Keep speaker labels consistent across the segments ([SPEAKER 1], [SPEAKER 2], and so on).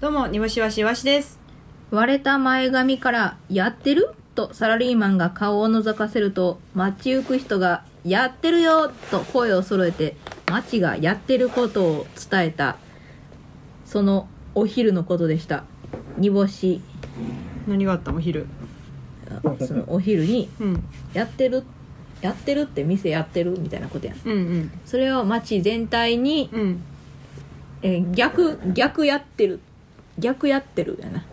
[SPEAKER 1] どうも、にぼしわしわしです。
[SPEAKER 2] 割れた前髪から「やってる?」とサラリーマンが顔を覗かせると街行く人が「やってるよ!」と声を揃えて街がやってることを伝えたそのお昼のことでした煮干し
[SPEAKER 1] 何があったお昼。
[SPEAKER 2] あそのお昼に
[SPEAKER 1] うん。
[SPEAKER 2] 「やってるやってるって店やってる?」みたいなことやん
[SPEAKER 1] うんうん。
[SPEAKER 2] それを街全体に、
[SPEAKER 1] うん。
[SPEAKER 2] えー逆逆やってる逆やってるやな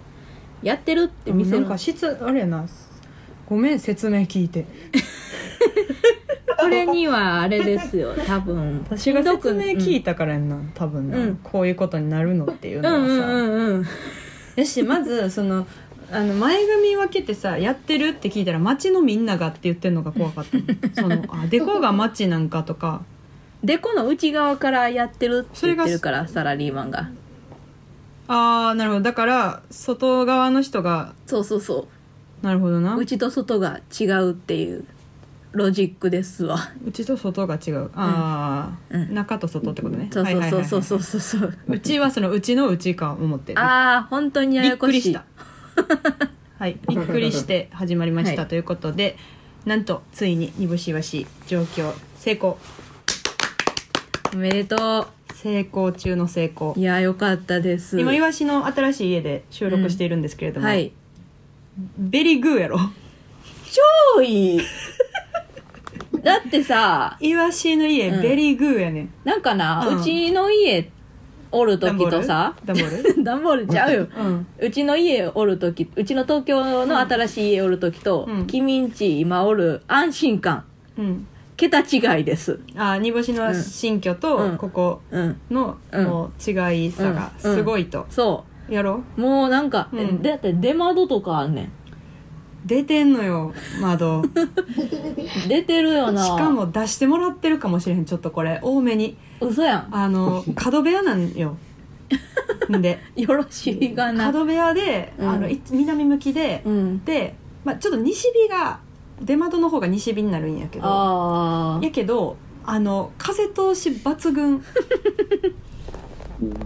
[SPEAKER 2] やってるって
[SPEAKER 1] な
[SPEAKER 2] 店
[SPEAKER 1] ん
[SPEAKER 2] の
[SPEAKER 1] か質、あれやな。ごめん、説明聞いて。
[SPEAKER 2] これにはあれですよ多分
[SPEAKER 1] 私が説明聞い
[SPEAKER 2] て
[SPEAKER 1] たからやんな、多分な、
[SPEAKER 2] うん
[SPEAKER 1] こういうことになるのっていう
[SPEAKER 2] う
[SPEAKER 1] のは
[SPEAKER 2] ん
[SPEAKER 1] さ。
[SPEAKER 2] うんうんうん
[SPEAKER 1] やし、まず、その、あの前髪分けてさやってるって聞いたら街のみんながって言ってるのが怖かった もんそのあデコが街なんかとか
[SPEAKER 2] でこの内側からやってるって
[SPEAKER 1] それ
[SPEAKER 2] 言
[SPEAKER 1] が
[SPEAKER 2] ってるからサラリーマンが
[SPEAKER 1] ああなるほどだから外側の人が
[SPEAKER 2] そうそうそ
[SPEAKER 1] なるほどな
[SPEAKER 2] う内と外が違うっていうロジックですわ
[SPEAKER 1] うちと外が違うああ、
[SPEAKER 2] うん
[SPEAKER 1] 中と外ってことね
[SPEAKER 2] そう
[SPEAKER 1] はいはいはい
[SPEAKER 2] そ
[SPEAKER 1] は
[SPEAKER 2] う
[SPEAKER 1] い
[SPEAKER 2] そうそうそうそう、
[SPEAKER 1] うちはそのうちのうちか思って
[SPEAKER 2] ああ本当にや
[SPEAKER 1] びっ
[SPEAKER 2] やこ
[SPEAKER 1] く
[SPEAKER 2] しい
[SPEAKER 1] りしたはいびっくりして始まりました、
[SPEAKER 2] はい
[SPEAKER 1] ということでなんとついに煮干しわし状況成功
[SPEAKER 2] おめでと
[SPEAKER 1] 成功中の成功
[SPEAKER 2] ういやよかったです
[SPEAKER 1] 今いわしの新しい家で収録しているんですけれども、
[SPEAKER 2] はい
[SPEAKER 1] ベリーグーやろ
[SPEAKER 2] 超いいだってさ
[SPEAKER 1] いわしの家、
[SPEAKER 2] うん
[SPEAKER 1] ベリーグーやねん
[SPEAKER 2] なんかな、
[SPEAKER 1] う
[SPEAKER 2] うんちの家おる
[SPEAKER 1] ダンボ
[SPEAKER 2] 時
[SPEAKER 1] ー
[SPEAKER 2] と
[SPEAKER 1] ル
[SPEAKER 2] さ
[SPEAKER 1] ダンボー ル
[SPEAKER 2] ダンボールちゃうよ
[SPEAKER 1] うん
[SPEAKER 2] うちの家おる時うちの東京の新しい家おる時と、
[SPEAKER 1] うん
[SPEAKER 2] 君んち今おる安心感
[SPEAKER 1] うん
[SPEAKER 2] 桁違いです
[SPEAKER 1] あー煮干しの新居
[SPEAKER 2] う
[SPEAKER 1] と
[SPEAKER 2] ん
[SPEAKER 1] ここ
[SPEAKER 2] うん
[SPEAKER 1] の
[SPEAKER 2] うん
[SPEAKER 1] もう違いさがすごいと、
[SPEAKER 2] そ
[SPEAKER 1] やろ
[SPEAKER 2] うもうなんか、
[SPEAKER 1] うん
[SPEAKER 2] だって出窓とかあんね
[SPEAKER 1] 出てんのよ窓し
[SPEAKER 2] ん出てるよな
[SPEAKER 1] かも出してもらってるかもしれへんちょっとこれ多めに
[SPEAKER 2] 嘘やん
[SPEAKER 1] あ の角部屋なんよんで
[SPEAKER 2] よろしいがな
[SPEAKER 1] 角部屋で、
[SPEAKER 2] うん
[SPEAKER 1] あのい南向きで、
[SPEAKER 2] うん
[SPEAKER 1] で、まあ、ちょっと西日が出窓の方が西日になるんやけど
[SPEAKER 2] ああ
[SPEAKER 1] やけどあの風通し抜 群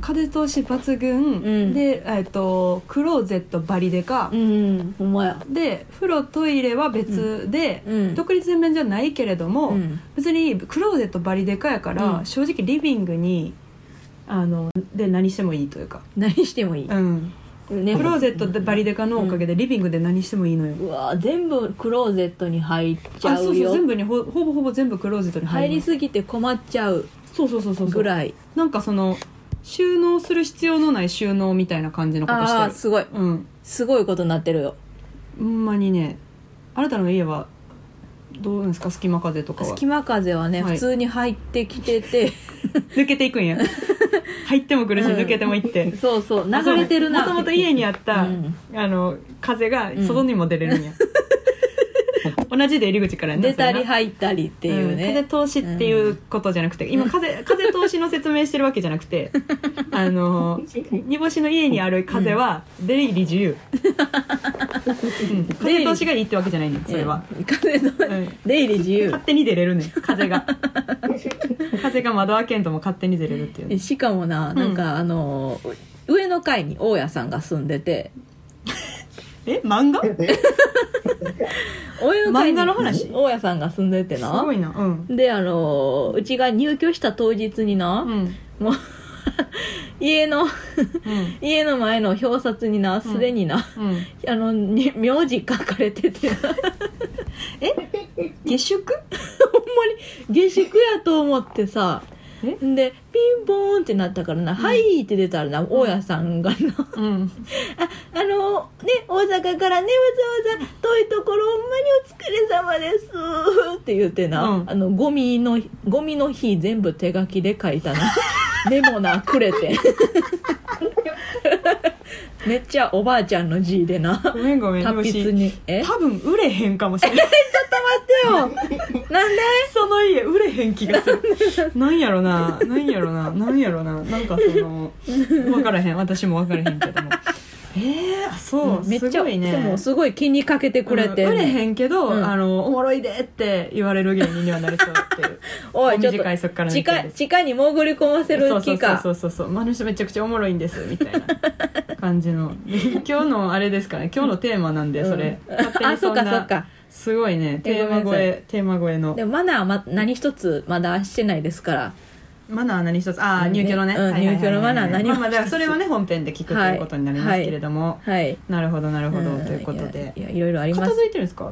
[SPEAKER 1] 風通し抜群、
[SPEAKER 2] うん
[SPEAKER 1] で、えっとクローゼットバリデカ
[SPEAKER 2] う、んほんまや
[SPEAKER 1] で風呂トイレは別で、
[SPEAKER 2] うん
[SPEAKER 1] 独立洗面所はないけれども、
[SPEAKER 2] うん
[SPEAKER 1] 別にクローゼットバリデカやから、
[SPEAKER 2] うん
[SPEAKER 1] 正直リビングにあので何してもいいというか、
[SPEAKER 2] 何してもいい、
[SPEAKER 1] うん、
[SPEAKER 2] ね
[SPEAKER 1] クローゼットでバリデカのおかげでリビングで何してもいいのよ、
[SPEAKER 2] うわ全部クローゼットに入っち
[SPEAKER 1] あ
[SPEAKER 2] ゃ
[SPEAKER 1] そう
[SPEAKER 2] う
[SPEAKER 1] そう
[SPEAKER 2] よ
[SPEAKER 1] 全部にほほぼほぼ全部クローゼットに入
[SPEAKER 2] 入
[SPEAKER 1] る
[SPEAKER 2] りすぎて困っちゃう
[SPEAKER 1] そうそうそうそうそ
[SPEAKER 2] ぐ
[SPEAKER 1] う
[SPEAKER 2] らい
[SPEAKER 1] なんかその収納する必要のない収納みたいな感じのこと
[SPEAKER 2] ああー
[SPEAKER 1] して
[SPEAKER 2] すごい
[SPEAKER 1] るうん
[SPEAKER 2] すごいことになってるよ
[SPEAKER 1] ほんまにねあなたの家はどうなんですか隙間風とかは
[SPEAKER 2] 隙間風はね、
[SPEAKER 1] はい
[SPEAKER 2] 普通に入ってき てて
[SPEAKER 1] 抜けていくん や入っても来るし
[SPEAKER 2] うん
[SPEAKER 1] 抜けてもいって
[SPEAKER 2] そうそう流れてるな
[SPEAKER 1] もともと家にあった、
[SPEAKER 2] うん
[SPEAKER 1] あの風が
[SPEAKER 2] ん
[SPEAKER 1] 外にも出れ るんや、同じで入り口からやんな
[SPEAKER 2] 出たり
[SPEAKER 1] それな
[SPEAKER 2] 入ったりっていう
[SPEAKER 1] うん
[SPEAKER 2] ね、
[SPEAKER 1] 風通しっていうことじゃなくて、今風風通しの説明してるわけじゃなく てあの煮干しの家にある風は出入り自由、 うん風通しがいいってわけじゃないねんそれは、
[SPEAKER 2] うん風の
[SPEAKER 1] うん
[SPEAKER 2] 出入り自由
[SPEAKER 1] 勝手に出れるねん風が風が窓開けんとも勝手に出れるっていうね
[SPEAKER 2] えしかもななんか、あの上の階に大家さんが住んでて
[SPEAKER 1] え漫画
[SPEAKER 2] 上の階
[SPEAKER 1] 漫
[SPEAKER 2] に
[SPEAKER 1] 画の話
[SPEAKER 2] 大家さんが住んでて
[SPEAKER 1] す
[SPEAKER 2] な
[SPEAKER 1] ごいなうん、
[SPEAKER 2] であのうちが入居した当日にな、
[SPEAKER 1] うん
[SPEAKER 2] もう 家の
[SPEAKER 1] うん
[SPEAKER 2] 家の前の表札になすでにな、
[SPEAKER 1] うん、
[SPEAKER 2] あのに名字書かれててな
[SPEAKER 1] 下宿
[SPEAKER 2] ほんまに下宿やと思ってさ
[SPEAKER 1] え
[SPEAKER 2] でピンポーンってなったからな「はい」って出たらな大家さんがな「
[SPEAKER 1] うん
[SPEAKER 2] ああのね大阪からねわざわざ遠いところほんまにお疲れ様です」って言ってな、
[SPEAKER 1] うん
[SPEAKER 2] あのゴミのゴミの日全部手書きで書い たなメモなくれて めっちゃおばあちゃんの字 でな
[SPEAKER 1] ごめんごめん
[SPEAKER 2] 達筆に「え
[SPEAKER 1] 多分売れへんかもしれない
[SPEAKER 2] なんで?」
[SPEAKER 1] その家売れへん気がするなんやろななんやろななんやろななんかその分からへん私も分からへんけど もえー、あそう、
[SPEAKER 2] めっち
[SPEAKER 1] す
[SPEAKER 2] ゃ
[SPEAKER 1] ごいね
[SPEAKER 2] でもすごい気にかけてくれてん
[SPEAKER 1] うん
[SPEAKER 2] ねん、
[SPEAKER 1] 売れへんけど、
[SPEAKER 2] うん
[SPEAKER 1] あのおもろいでって言われる芸人にはなれそうって いう
[SPEAKER 2] おいちょっ
[SPEAKER 1] 短いそっから
[SPEAKER 2] と
[SPEAKER 1] の意見
[SPEAKER 2] 地下
[SPEAKER 1] です
[SPEAKER 2] 地下に潜り込ませる気か
[SPEAKER 1] そうそうそうそうそうあの人めちゃくちゃおもろいんですみたいな感じの今日のあれですから、ね、今日のテーマなんでそれ、
[SPEAKER 2] うん
[SPEAKER 1] 勝手に
[SPEAKER 2] あそっ
[SPEAKER 1] ん
[SPEAKER 2] か
[SPEAKER 1] な
[SPEAKER 2] そっか
[SPEAKER 1] すごいねテーマ
[SPEAKER 2] ごめんな
[SPEAKER 1] 声テーマ声の
[SPEAKER 2] でもマナーはま何一つまだしてないですから
[SPEAKER 1] マナーは何一つああ
[SPEAKER 2] うん
[SPEAKER 1] 入居のね、
[SPEAKER 2] うん
[SPEAKER 1] はいはいはいはい
[SPEAKER 2] 入居のマナー何も
[SPEAKER 1] まあまあだからそれはね本編で聞くと
[SPEAKER 2] はい
[SPEAKER 1] いうことになりますけれども、
[SPEAKER 2] はい
[SPEAKER 1] なるほどなるほど
[SPEAKER 2] ん
[SPEAKER 1] ということで
[SPEAKER 2] いやいやいろいろありま
[SPEAKER 1] 片
[SPEAKER 2] す
[SPEAKER 1] 付いてるんですか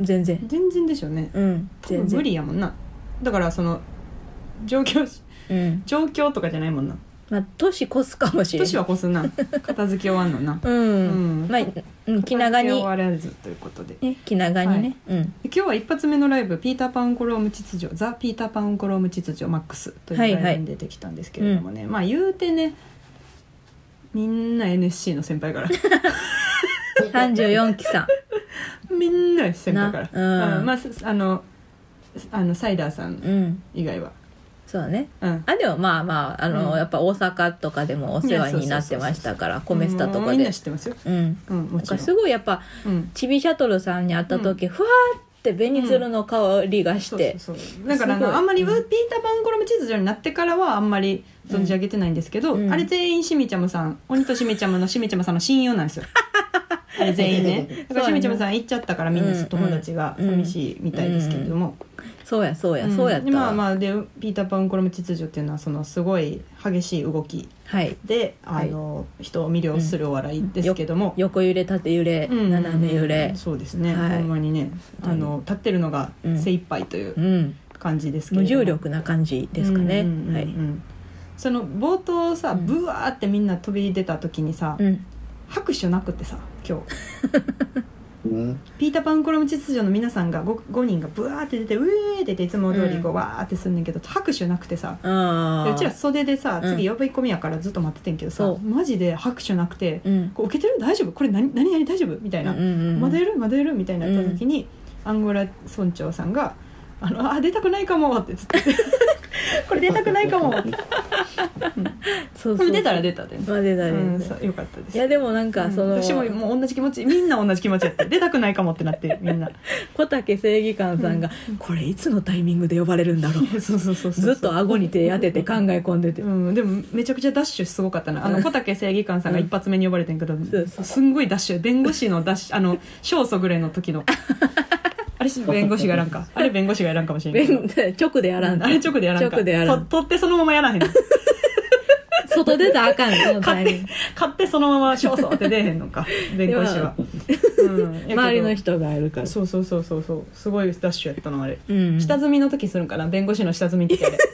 [SPEAKER 2] 全然
[SPEAKER 1] 全然でしょうね
[SPEAKER 2] うん
[SPEAKER 1] 多
[SPEAKER 2] 全
[SPEAKER 1] 分無
[SPEAKER 2] 然
[SPEAKER 1] 理やもんなだからその状況
[SPEAKER 2] うん
[SPEAKER 1] 状況とかじゃないもんな
[SPEAKER 2] まあ年越すかもしれない
[SPEAKER 1] 年は越すな片付け終わんのな
[SPEAKER 2] うん、
[SPEAKER 1] うん
[SPEAKER 2] まあうん気長
[SPEAKER 1] 片付け終
[SPEAKER 2] に
[SPEAKER 1] わらずということで
[SPEAKER 2] ね気長にね、うん
[SPEAKER 1] 今日は一発目のライブ「ピーター・パン・コローム秩序」「ザ・ピーター・パン・コローム秩序マックス」というライブに出てきたんですけれどもね、まあ言うてねみんな NSC の先輩 から
[SPEAKER 2] 34期さん
[SPEAKER 1] みんな先輩から、
[SPEAKER 2] なうん
[SPEAKER 1] まあすあのすあのサイダーさん
[SPEAKER 2] うん
[SPEAKER 1] 以外は
[SPEAKER 2] そうだね
[SPEAKER 1] うん
[SPEAKER 2] あでもまあまああの、
[SPEAKER 1] うん
[SPEAKER 2] やっぱ大阪とかでもお世話になってましたから米スタと
[SPEAKER 1] もう
[SPEAKER 2] か
[SPEAKER 1] みんな
[SPEAKER 2] で
[SPEAKER 1] 知ってますよ
[SPEAKER 2] うん
[SPEAKER 1] うんも
[SPEAKER 2] なん
[SPEAKER 1] ちろ
[SPEAKER 2] か
[SPEAKER 1] ん
[SPEAKER 2] すごいやっぱ
[SPEAKER 1] うん
[SPEAKER 2] ちびシャトルさんに会った時、ふわーって紅鶴の香りがし
[SPEAKER 1] そう
[SPEAKER 2] て、
[SPEAKER 1] そうそうだからあ
[SPEAKER 2] すごい
[SPEAKER 1] のあんまり、うピーター・パン・コロム秩序になってからはあんまり存じ上げてないんですけど、
[SPEAKER 2] うんうん
[SPEAKER 1] あれ全員しみちゃむさん鬼としみちゃむのしみちゃむさんの親友なんですよあれ全員ねだから し
[SPEAKER 2] そうやね
[SPEAKER 1] みちゃむさん行っちゃったからみんな友達が寂しいみたいですけれども、
[SPEAKER 2] そうやそうや、
[SPEAKER 1] ん
[SPEAKER 2] そうやった
[SPEAKER 1] で
[SPEAKER 2] わ
[SPEAKER 1] まあまあでピーター・パン・コロム秩序っていうのはそのすごい激しい動き
[SPEAKER 2] はい
[SPEAKER 1] であ
[SPEAKER 2] はい
[SPEAKER 1] の、人を魅了するお笑いですけども、
[SPEAKER 2] 横揺れ縦揺れ、
[SPEAKER 1] うん
[SPEAKER 2] 斜め揺れ
[SPEAKER 1] そうですね、
[SPEAKER 2] はい
[SPEAKER 1] ほんまにねあの立ってるのが精一杯という
[SPEAKER 2] うん
[SPEAKER 1] 感じですけれ
[SPEAKER 2] 無
[SPEAKER 1] ども、
[SPEAKER 2] 重力な感じですかね、
[SPEAKER 1] うんうんうんうん
[SPEAKER 2] はい、
[SPEAKER 1] その冒頭さ
[SPEAKER 2] うん
[SPEAKER 1] ブワーってみんな飛び出た時にさ、
[SPEAKER 2] うん、
[SPEAKER 1] 拍手なくってさ今日
[SPEAKER 3] うん
[SPEAKER 1] ピーター・パンコロム秩序の皆さんが 5, 五人がブワーって出てウェーって出ていつも通りこうわーってすんねんけど拍手なくてさ
[SPEAKER 2] あ
[SPEAKER 1] で
[SPEAKER 2] あ
[SPEAKER 1] うちら袖でさ
[SPEAKER 2] うん
[SPEAKER 1] 次呼び込みやからずっと待っててんけどさ、
[SPEAKER 2] そう
[SPEAKER 1] マジで拍手なくて
[SPEAKER 2] うん
[SPEAKER 1] こう受けてる大丈夫これ何何々大丈夫みたいな、
[SPEAKER 2] うんうんうん
[SPEAKER 1] まだやるまだやるみたいになった時に、アンゴラ村長さんが「あのあ出たくないかも」ってずっと言って これ出たくないかも」って
[SPEAKER 2] そう
[SPEAKER 1] で
[SPEAKER 2] そう
[SPEAKER 1] も出たら出たで、
[SPEAKER 2] まあ出た
[SPEAKER 1] う
[SPEAKER 2] ら
[SPEAKER 1] ん、
[SPEAKER 2] 出た
[SPEAKER 1] さよかったです
[SPEAKER 2] いやでもなんかその、
[SPEAKER 1] うん私ももう同じ気持ちみんな同じ気持ちやって出たくないかもってなってみんな
[SPEAKER 2] 小竹正義感さんが、これいつのタイミングで呼ばれるんだろう
[SPEAKER 1] そうそうそうそう
[SPEAKER 2] ずっと顎に手当てて考え込んでて
[SPEAKER 1] うん、でもめちゃくちゃダッシュすごかったなあの小竹正義官さんが一発目に呼ばれてんけど、
[SPEAKER 2] そうそう
[SPEAKER 1] すんごいダッシュ弁護士のダッシュあの勝訴ぐらいの時 のあれ弁護士がやらんかあれ弁護士がやらんかもしれんけど
[SPEAKER 2] 弁 直でやらんと
[SPEAKER 1] あれ直でやらんか
[SPEAKER 2] 直でやら
[SPEAKER 1] と
[SPEAKER 2] ん
[SPEAKER 1] 取ってそのままや らへん
[SPEAKER 2] 外出たらあかん そのタ
[SPEAKER 1] 買っ
[SPEAKER 2] イミ
[SPEAKER 1] て
[SPEAKER 2] ング
[SPEAKER 1] 買ってそのまま勝訴って出えへんの か弁護士は、うんやけど
[SPEAKER 2] 周りの人がいるから
[SPEAKER 1] そうそうそうそうそうすごいダッシュやったのあれ、
[SPEAKER 2] うん
[SPEAKER 1] 下積みの時するんかな弁護士の下積みってあれ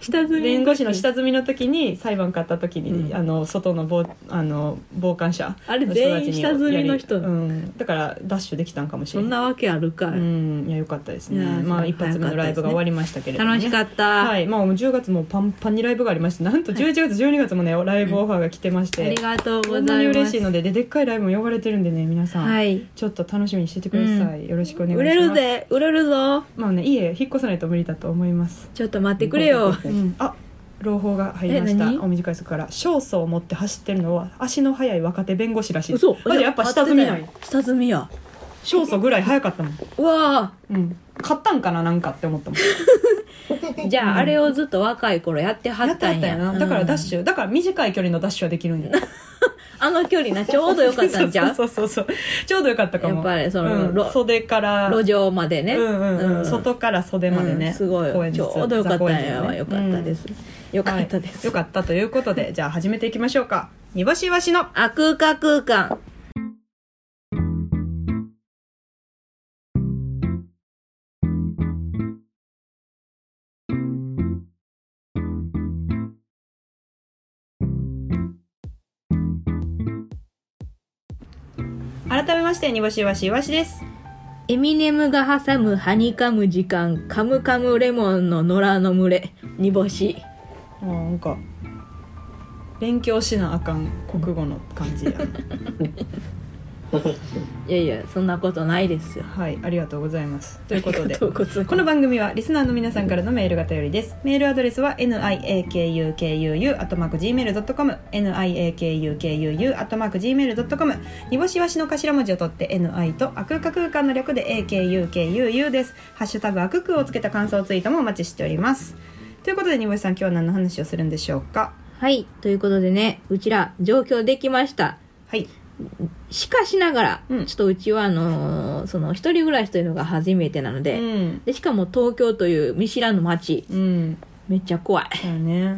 [SPEAKER 2] 下積み
[SPEAKER 1] 弁護士の下積みの時に裁判勝った時に、
[SPEAKER 2] うん
[SPEAKER 1] あの外の傍あの傍観者
[SPEAKER 2] あれ全員下積みの人
[SPEAKER 1] やりうん、だからダッシュできたんかもし
[SPEAKER 2] そ
[SPEAKER 1] れ
[SPEAKER 2] ん
[SPEAKER 1] ない
[SPEAKER 2] なわけあるか
[SPEAKER 1] う
[SPEAKER 2] い、
[SPEAKER 1] んいやよかったですね
[SPEAKER 2] いやー
[SPEAKER 1] まあ
[SPEAKER 2] 早
[SPEAKER 1] 一
[SPEAKER 2] かった
[SPEAKER 1] 発目のライブが終わりましたけれども、ね、
[SPEAKER 2] 楽しかった、
[SPEAKER 1] はいまあ、もう10月もパンパンにライブがありましてなんと11月、12月もねライブオファーが来てまし
[SPEAKER 2] あ
[SPEAKER 1] て、
[SPEAKER 2] りがとうござ
[SPEAKER 1] こ
[SPEAKER 2] い
[SPEAKER 1] ん
[SPEAKER 2] ます
[SPEAKER 1] なに嬉しいのでででっかいライブも呼ばれてるんでね皆さん、
[SPEAKER 2] はい
[SPEAKER 1] ちょっと楽しみにしててください、よろしくお願いします
[SPEAKER 2] 売れるぜ売れるぞ
[SPEAKER 1] まあね家引っ越さないと無理だと思います、
[SPEAKER 2] ちょっと待ってくれよ
[SPEAKER 1] うん、あ朗報が入りまし
[SPEAKER 2] え
[SPEAKER 1] た
[SPEAKER 2] 何
[SPEAKER 1] お短いですから勝訴を持って走ってるのは足の速い若手弁護士らしい
[SPEAKER 2] 嘘
[SPEAKER 1] マジやっぱ下積みな
[SPEAKER 2] 合っ
[SPEAKER 1] い
[SPEAKER 2] てたよ下積みや
[SPEAKER 1] 勝訴ぐらい早かったもん、
[SPEAKER 2] うわ
[SPEAKER 1] うん、勝ったんかななんかって思ったもん
[SPEAKER 2] あじゃあ、あれをずっと若い頃やっては
[SPEAKER 1] や
[SPEAKER 2] ったんや
[SPEAKER 1] なだからダッ
[SPEAKER 2] うん
[SPEAKER 1] シュ、だから短い距離のダッシュはできるんや
[SPEAKER 2] あの距離なちょうどよかったんじゃう
[SPEAKER 1] そうそうそうそうちょうどよかったかも
[SPEAKER 2] やっぱりその
[SPEAKER 1] うん
[SPEAKER 2] ろ
[SPEAKER 1] 袖から
[SPEAKER 2] 路上までね、
[SPEAKER 1] うんうんうん、
[SPEAKER 2] 外
[SPEAKER 1] 外から袖までね、
[SPEAKER 2] すご
[SPEAKER 1] 公園
[SPEAKER 2] いち
[SPEAKER 1] です
[SPEAKER 2] ょうどよかったんや
[SPEAKER 1] 雑魚
[SPEAKER 2] わ
[SPEAKER 1] 園
[SPEAKER 2] よかったです、よ
[SPEAKER 1] うん
[SPEAKER 2] かったで
[SPEAKER 1] は
[SPEAKER 2] す、
[SPEAKER 1] いよかったということでじゃあ始めていきましょうか煮干しいわしの
[SPEAKER 2] あ空間空間
[SPEAKER 1] 改めまして煮干しいわしいわしです
[SPEAKER 2] エミネムが挟むはにかむ時間カムカムレモンの野良の群れ煮干し
[SPEAKER 1] あーなんか勉強しなあかん国語の感じや
[SPEAKER 2] いやいやそんなことないですよ
[SPEAKER 1] はいありがとうございますということ
[SPEAKER 2] あり
[SPEAKER 1] で
[SPEAKER 2] がとうございます
[SPEAKER 1] この番組はリスナーの皆さんからのメールが頼りですメールアドレスは niakukuu.gmail.com niakukuu.gmail.com にぼしわしの頭文字を取って ni とあくか空間の略で akukuu ですハッシュタグあくくをつけた感想ツイートもお待ちしておりますということでにぼしさん今日は何の話をするんでしょうか
[SPEAKER 2] はい。ということでね、うちら上京できました。
[SPEAKER 1] はい
[SPEAKER 2] しかしながら、
[SPEAKER 1] うん
[SPEAKER 2] ちょっとうちはあのーその一人暮らしというのが初めてなの
[SPEAKER 1] う
[SPEAKER 2] で、
[SPEAKER 1] ん
[SPEAKER 2] でしかも東京という見知らぬ街、
[SPEAKER 1] うん
[SPEAKER 2] めっちゃ怖い。
[SPEAKER 1] だよね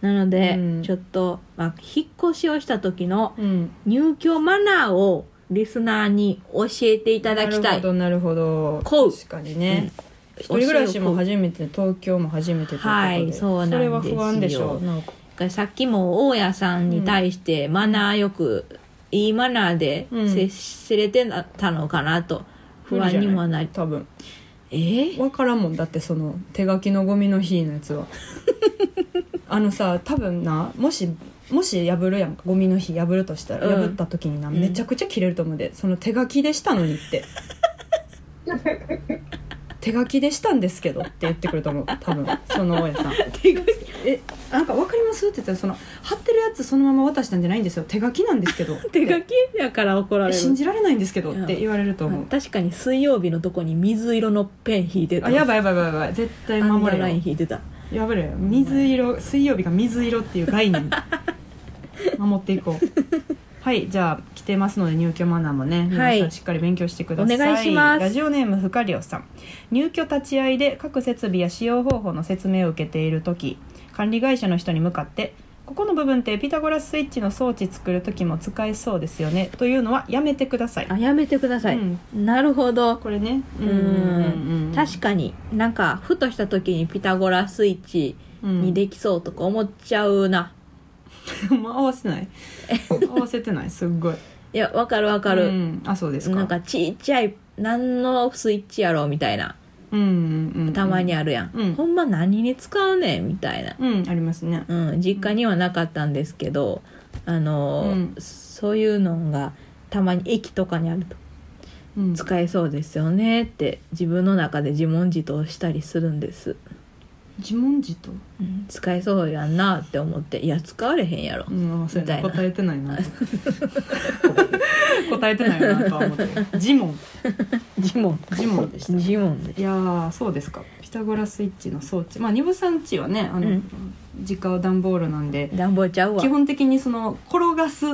[SPEAKER 2] なので、
[SPEAKER 1] うん
[SPEAKER 2] ちょっと、まあ、引っ越しをした時の
[SPEAKER 1] うん
[SPEAKER 2] 入居マナーをリスナーに教えていただきた
[SPEAKER 1] なるほ
[SPEAKER 2] い。
[SPEAKER 1] どなるほど
[SPEAKER 2] こう
[SPEAKER 1] 確かにね、
[SPEAKER 2] うん
[SPEAKER 1] 一人暮らしも初めて東京も初めてということで、
[SPEAKER 2] はいそうなんですよ
[SPEAKER 1] れは不安でしょうなんか
[SPEAKER 2] がさっきも大家さんに対してマナーよく、いいマナーで
[SPEAKER 1] うん
[SPEAKER 2] 接せれてたのかなと不安にもなり
[SPEAKER 1] 多分
[SPEAKER 2] えー
[SPEAKER 1] 分からんもんだってその手書きのゴミの日のやつ はあのさ多分なもしもし破るやんかゴミの日破るとしたら、
[SPEAKER 2] うん
[SPEAKER 1] 破った時にな
[SPEAKER 2] うん
[SPEAKER 1] めちゃくちゃ切れると思うで、その手書きでした のにって手書きでしたんですけどって言ってくると思う多分その大家さん
[SPEAKER 2] 手書き
[SPEAKER 1] えなんか分かりますって言ったらその貼ってるやつそのまま渡したんじゃないんですよ手書きなんですけど
[SPEAKER 2] 手書きやから怒ら
[SPEAKER 1] え
[SPEAKER 2] れる
[SPEAKER 1] 信じられないんですけどって言われると思う
[SPEAKER 2] 確かに水曜日のとこに水色のペン引いてた
[SPEAKER 1] あやばいやばいやばいやばい絶対
[SPEAKER 2] アン
[SPEAKER 1] 守
[SPEAKER 2] ダ
[SPEAKER 1] れ
[SPEAKER 2] ーラ
[SPEAKER 1] な
[SPEAKER 2] イン
[SPEAKER 1] い
[SPEAKER 2] 引いてた
[SPEAKER 1] やばいよ水色水曜日が水色っていう概 念守っていこうはいじゃあ来てますので入居マナーもね皆
[SPEAKER 2] はい
[SPEAKER 1] さんしっかり勉強してください、
[SPEAKER 2] お願いします
[SPEAKER 1] ラジオネームふかりょうさん入居立ち会いで各設備や使用方法の説明を受けている時管理会社の人に向かってここの部分ってピタゴラスイッチの装置作る時も使えそうですよねというのはやめてください
[SPEAKER 2] あやめてください、
[SPEAKER 1] うん
[SPEAKER 2] なるほど
[SPEAKER 1] これね
[SPEAKER 2] うん確かになんかふとした時にピタゴラスイッチにできそうとか思っちゃうな、
[SPEAKER 1] もう合わせ ない合わせてないすっごい
[SPEAKER 2] いやわかるわか
[SPEAKER 1] う
[SPEAKER 2] る、
[SPEAKER 1] ん、あそうですか
[SPEAKER 2] なんかちっちゃい何のスイッチやろみたいな
[SPEAKER 1] うんうんうん
[SPEAKER 2] たまにあるやん、
[SPEAKER 1] うん
[SPEAKER 2] ほんま何に使うねんみたいな、
[SPEAKER 1] うんありますね
[SPEAKER 2] うん、実家にはなかったんですけどあのー、
[SPEAKER 1] うん
[SPEAKER 2] そういうのがたまに駅とかにあると
[SPEAKER 1] うん
[SPEAKER 2] 使えそうですよねって自分の中で自問自答したりするんです、
[SPEAKER 1] 自問自答
[SPEAKER 2] うん使えそうやんなって思っていや使われへんやろ
[SPEAKER 1] うんあそうやな
[SPEAKER 2] みたいな
[SPEAKER 1] 答えてない な答えてないなとは思って自問
[SPEAKER 2] 自問
[SPEAKER 1] 自問でした
[SPEAKER 2] 自問で
[SPEAKER 1] いやーそうですかピタゴラスイッチの装置まあニブさんちはねあの、
[SPEAKER 2] うん
[SPEAKER 1] 実家は段ボールなんで
[SPEAKER 2] 暖房ちゃうわ
[SPEAKER 1] 基本的にその転がす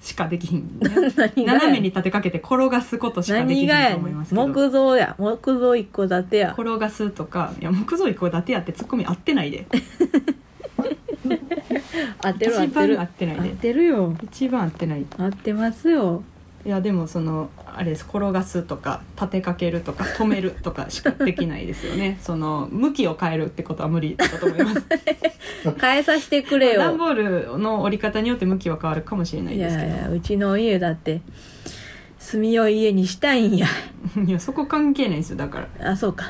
[SPEAKER 1] しかできひん、ね、
[SPEAKER 2] 何がやねん
[SPEAKER 1] 斜めに立てかけて転がすことしかできひん
[SPEAKER 2] 何が
[SPEAKER 1] と
[SPEAKER 2] や
[SPEAKER 1] 思
[SPEAKER 2] ね
[SPEAKER 1] い
[SPEAKER 2] ん
[SPEAKER 1] ますけど
[SPEAKER 2] 木造や木造一戸建てや
[SPEAKER 1] 転がすとかいや木造一戸建てやってツッコミ合ってないで
[SPEAKER 2] 当てる
[SPEAKER 1] 一
[SPEAKER 2] 当て
[SPEAKER 1] 番
[SPEAKER 2] る
[SPEAKER 1] 合ってない
[SPEAKER 2] 合っ
[SPEAKER 1] で
[SPEAKER 2] てるよ
[SPEAKER 1] 一番合ってない
[SPEAKER 2] 合ってますよ
[SPEAKER 1] いやでもそのあれです転がすとか立てかけるとか止めるとかしかできないですよ ねその向きを変えるってことは無理だと思います
[SPEAKER 2] 変えさせてくれ
[SPEAKER 1] 段
[SPEAKER 2] よ
[SPEAKER 1] ボールの折り方によって向きは変わるかもしれない
[SPEAKER 2] い
[SPEAKER 1] で
[SPEAKER 2] や
[SPEAKER 1] すけど
[SPEAKER 2] いやうちの家だって住みよい家にしたいんや
[SPEAKER 1] いやそこ関係ないんですよだから
[SPEAKER 2] あそうか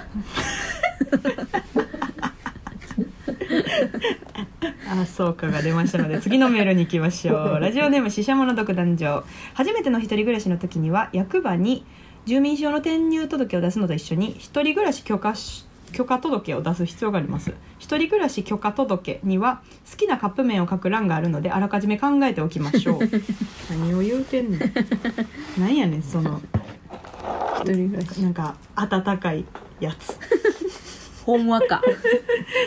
[SPEAKER 1] あそうかが出ましたので次のメールに行きまし ょうラジオネームししゃもの独壇場初めての一人暮らしの時には役場に住民票の転入届を出すのと一緒に一人暮らし許可し許可届を出す必要があります一人暮らし許可届には好きなカップ麺を書く欄があるのであらかじめ考えておきましょう 何を言うてんの なんやねんその
[SPEAKER 2] 一人暮らし
[SPEAKER 1] なんか温かいやつ
[SPEAKER 2] ほん わか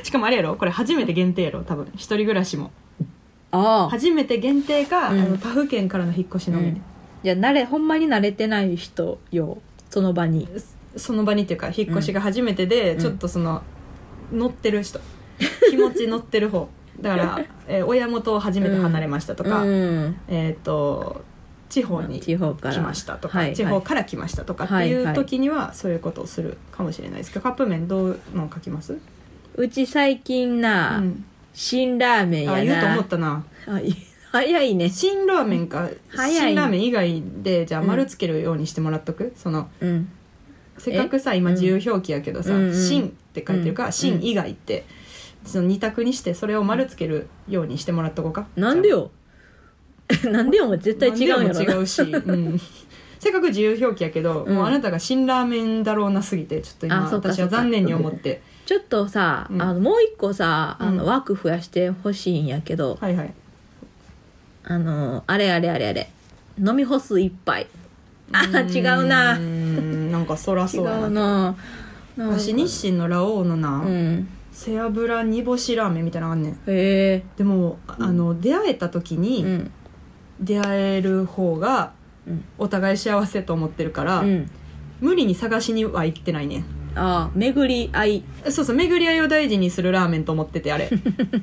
[SPEAKER 1] しかもあれやろこれ初めて限定やろ多分一人暮らしも
[SPEAKER 2] ああ
[SPEAKER 1] 初めて限定か、
[SPEAKER 2] うん
[SPEAKER 1] あの他府県からの引っ越しのみで、
[SPEAKER 2] じゃあ慣れほんまに慣れてない人よその場に
[SPEAKER 1] その場にっていうか引っ越しが初めてで、
[SPEAKER 2] うん
[SPEAKER 1] ちょっとその乗ってる 人気持ち乗ってる方だから、えー親元を初めて離れましたとか、
[SPEAKER 2] うん
[SPEAKER 1] えっ、と地方に
[SPEAKER 2] 地
[SPEAKER 1] 来
[SPEAKER 2] 方から
[SPEAKER 1] ましたとか、
[SPEAKER 2] はいはい
[SPEAKER 1] 地方から来ましたとかっていう時にはそういうことをするかもしれないですけど、カップ麺どうのを書きます
[SPEAKER 2] うち最近な、
[SPEAKER 1] うん
[SPEAKER 2] 辛ラーメン
[SPEAKER 1] あ
[SPEAKER 2] や
[SPEAKER 1] 言うと
[SPEAKER 2] な
[SPEAKER 1] 思ったな
[SPEAKER 2] あい早いね
[SPEAKER 1] 辛ラーメンか
[SPEAKER 2] 早い
[SPEAKER 1] 辛ラーメン以外でじゃあ丸つけるようにしてもらっとく、その
[SPEAKER 2] うん
[SPEAKER 1] せっかくさ今自由表記やけどさ
[SPEAKER 2] うんう
[SPEAKER 1] 「
[SPEAKER 2] ん
[SPEAKER 1] 新、って書いてるか
[SPEAKER 2] う
[SPEAKER 1] ら「
[SPEAKER 2] ん
[SPEAKER 1] 新、以外」ってその二択にしてそれを丸つけるようにしてもらっとこうか
[SPEAKER 2] なんでよなんでよ絶対違うんや
[SPEAKER 1] なんでも
[SPEAKER 2] ろ
[SPEAKER 1] 違うし、 うん、せっかく自由表記やけど、
[SPEAKER 2] うん
[SPEAKER 1] もうあなたが新ラーメンだろうなすぎてちょっと今
[SPEAKER 2] あそっか
[SPEAKER 1] 私は残念に思っ て
[SPEAKER 2] ちょっとさ、
[SPEAKER 1] うん
[SPEAKER 2] あのもう一個さあの、
[SPEAKER 1] うん
[SPEAKER 2] 枠増やしてほしいんやけど
[SPEAKER 1] はいはい
[SPEAKER 2] あのあれあれあれあれ飲み干す一杯あ
[SPEAKER 1] ーん
[SPEAKER 2] 違うな
[SPEAKER 1] ーんなんかそら
[SPEAKER 2] 違
[SPEAKER 1] そうや
[SPEAKER 2] う
[SPEAKER 1] な
[SPEAKER 2] ななんか
[SPEAKER 1] 私日清のラオウのな、
[SPEAKER 2] うん
[SPEAKER 1] 背脂煮干しラーメンみたいなのあんねん
[SPEAKER 2] へ
[SPEAKER 1] でもああの出会えた時
[SPEAKER 2] えう
[SPEAKER 1] に
[SPEAKER 2] ん
[SPEAKER 1] 出会える方が
[SPEAKER 2] うん
[SPEAKER 1] お互い幸せと思ってるから、
[SPEAKER 2] うん
[SPEAKER 1] 無理に探しには行ってないねん
[SPEAKER 2] ああ巡り合い
[SPEAKER 1] そうそう巡り合いを大事にするラーメンと思ってて あれ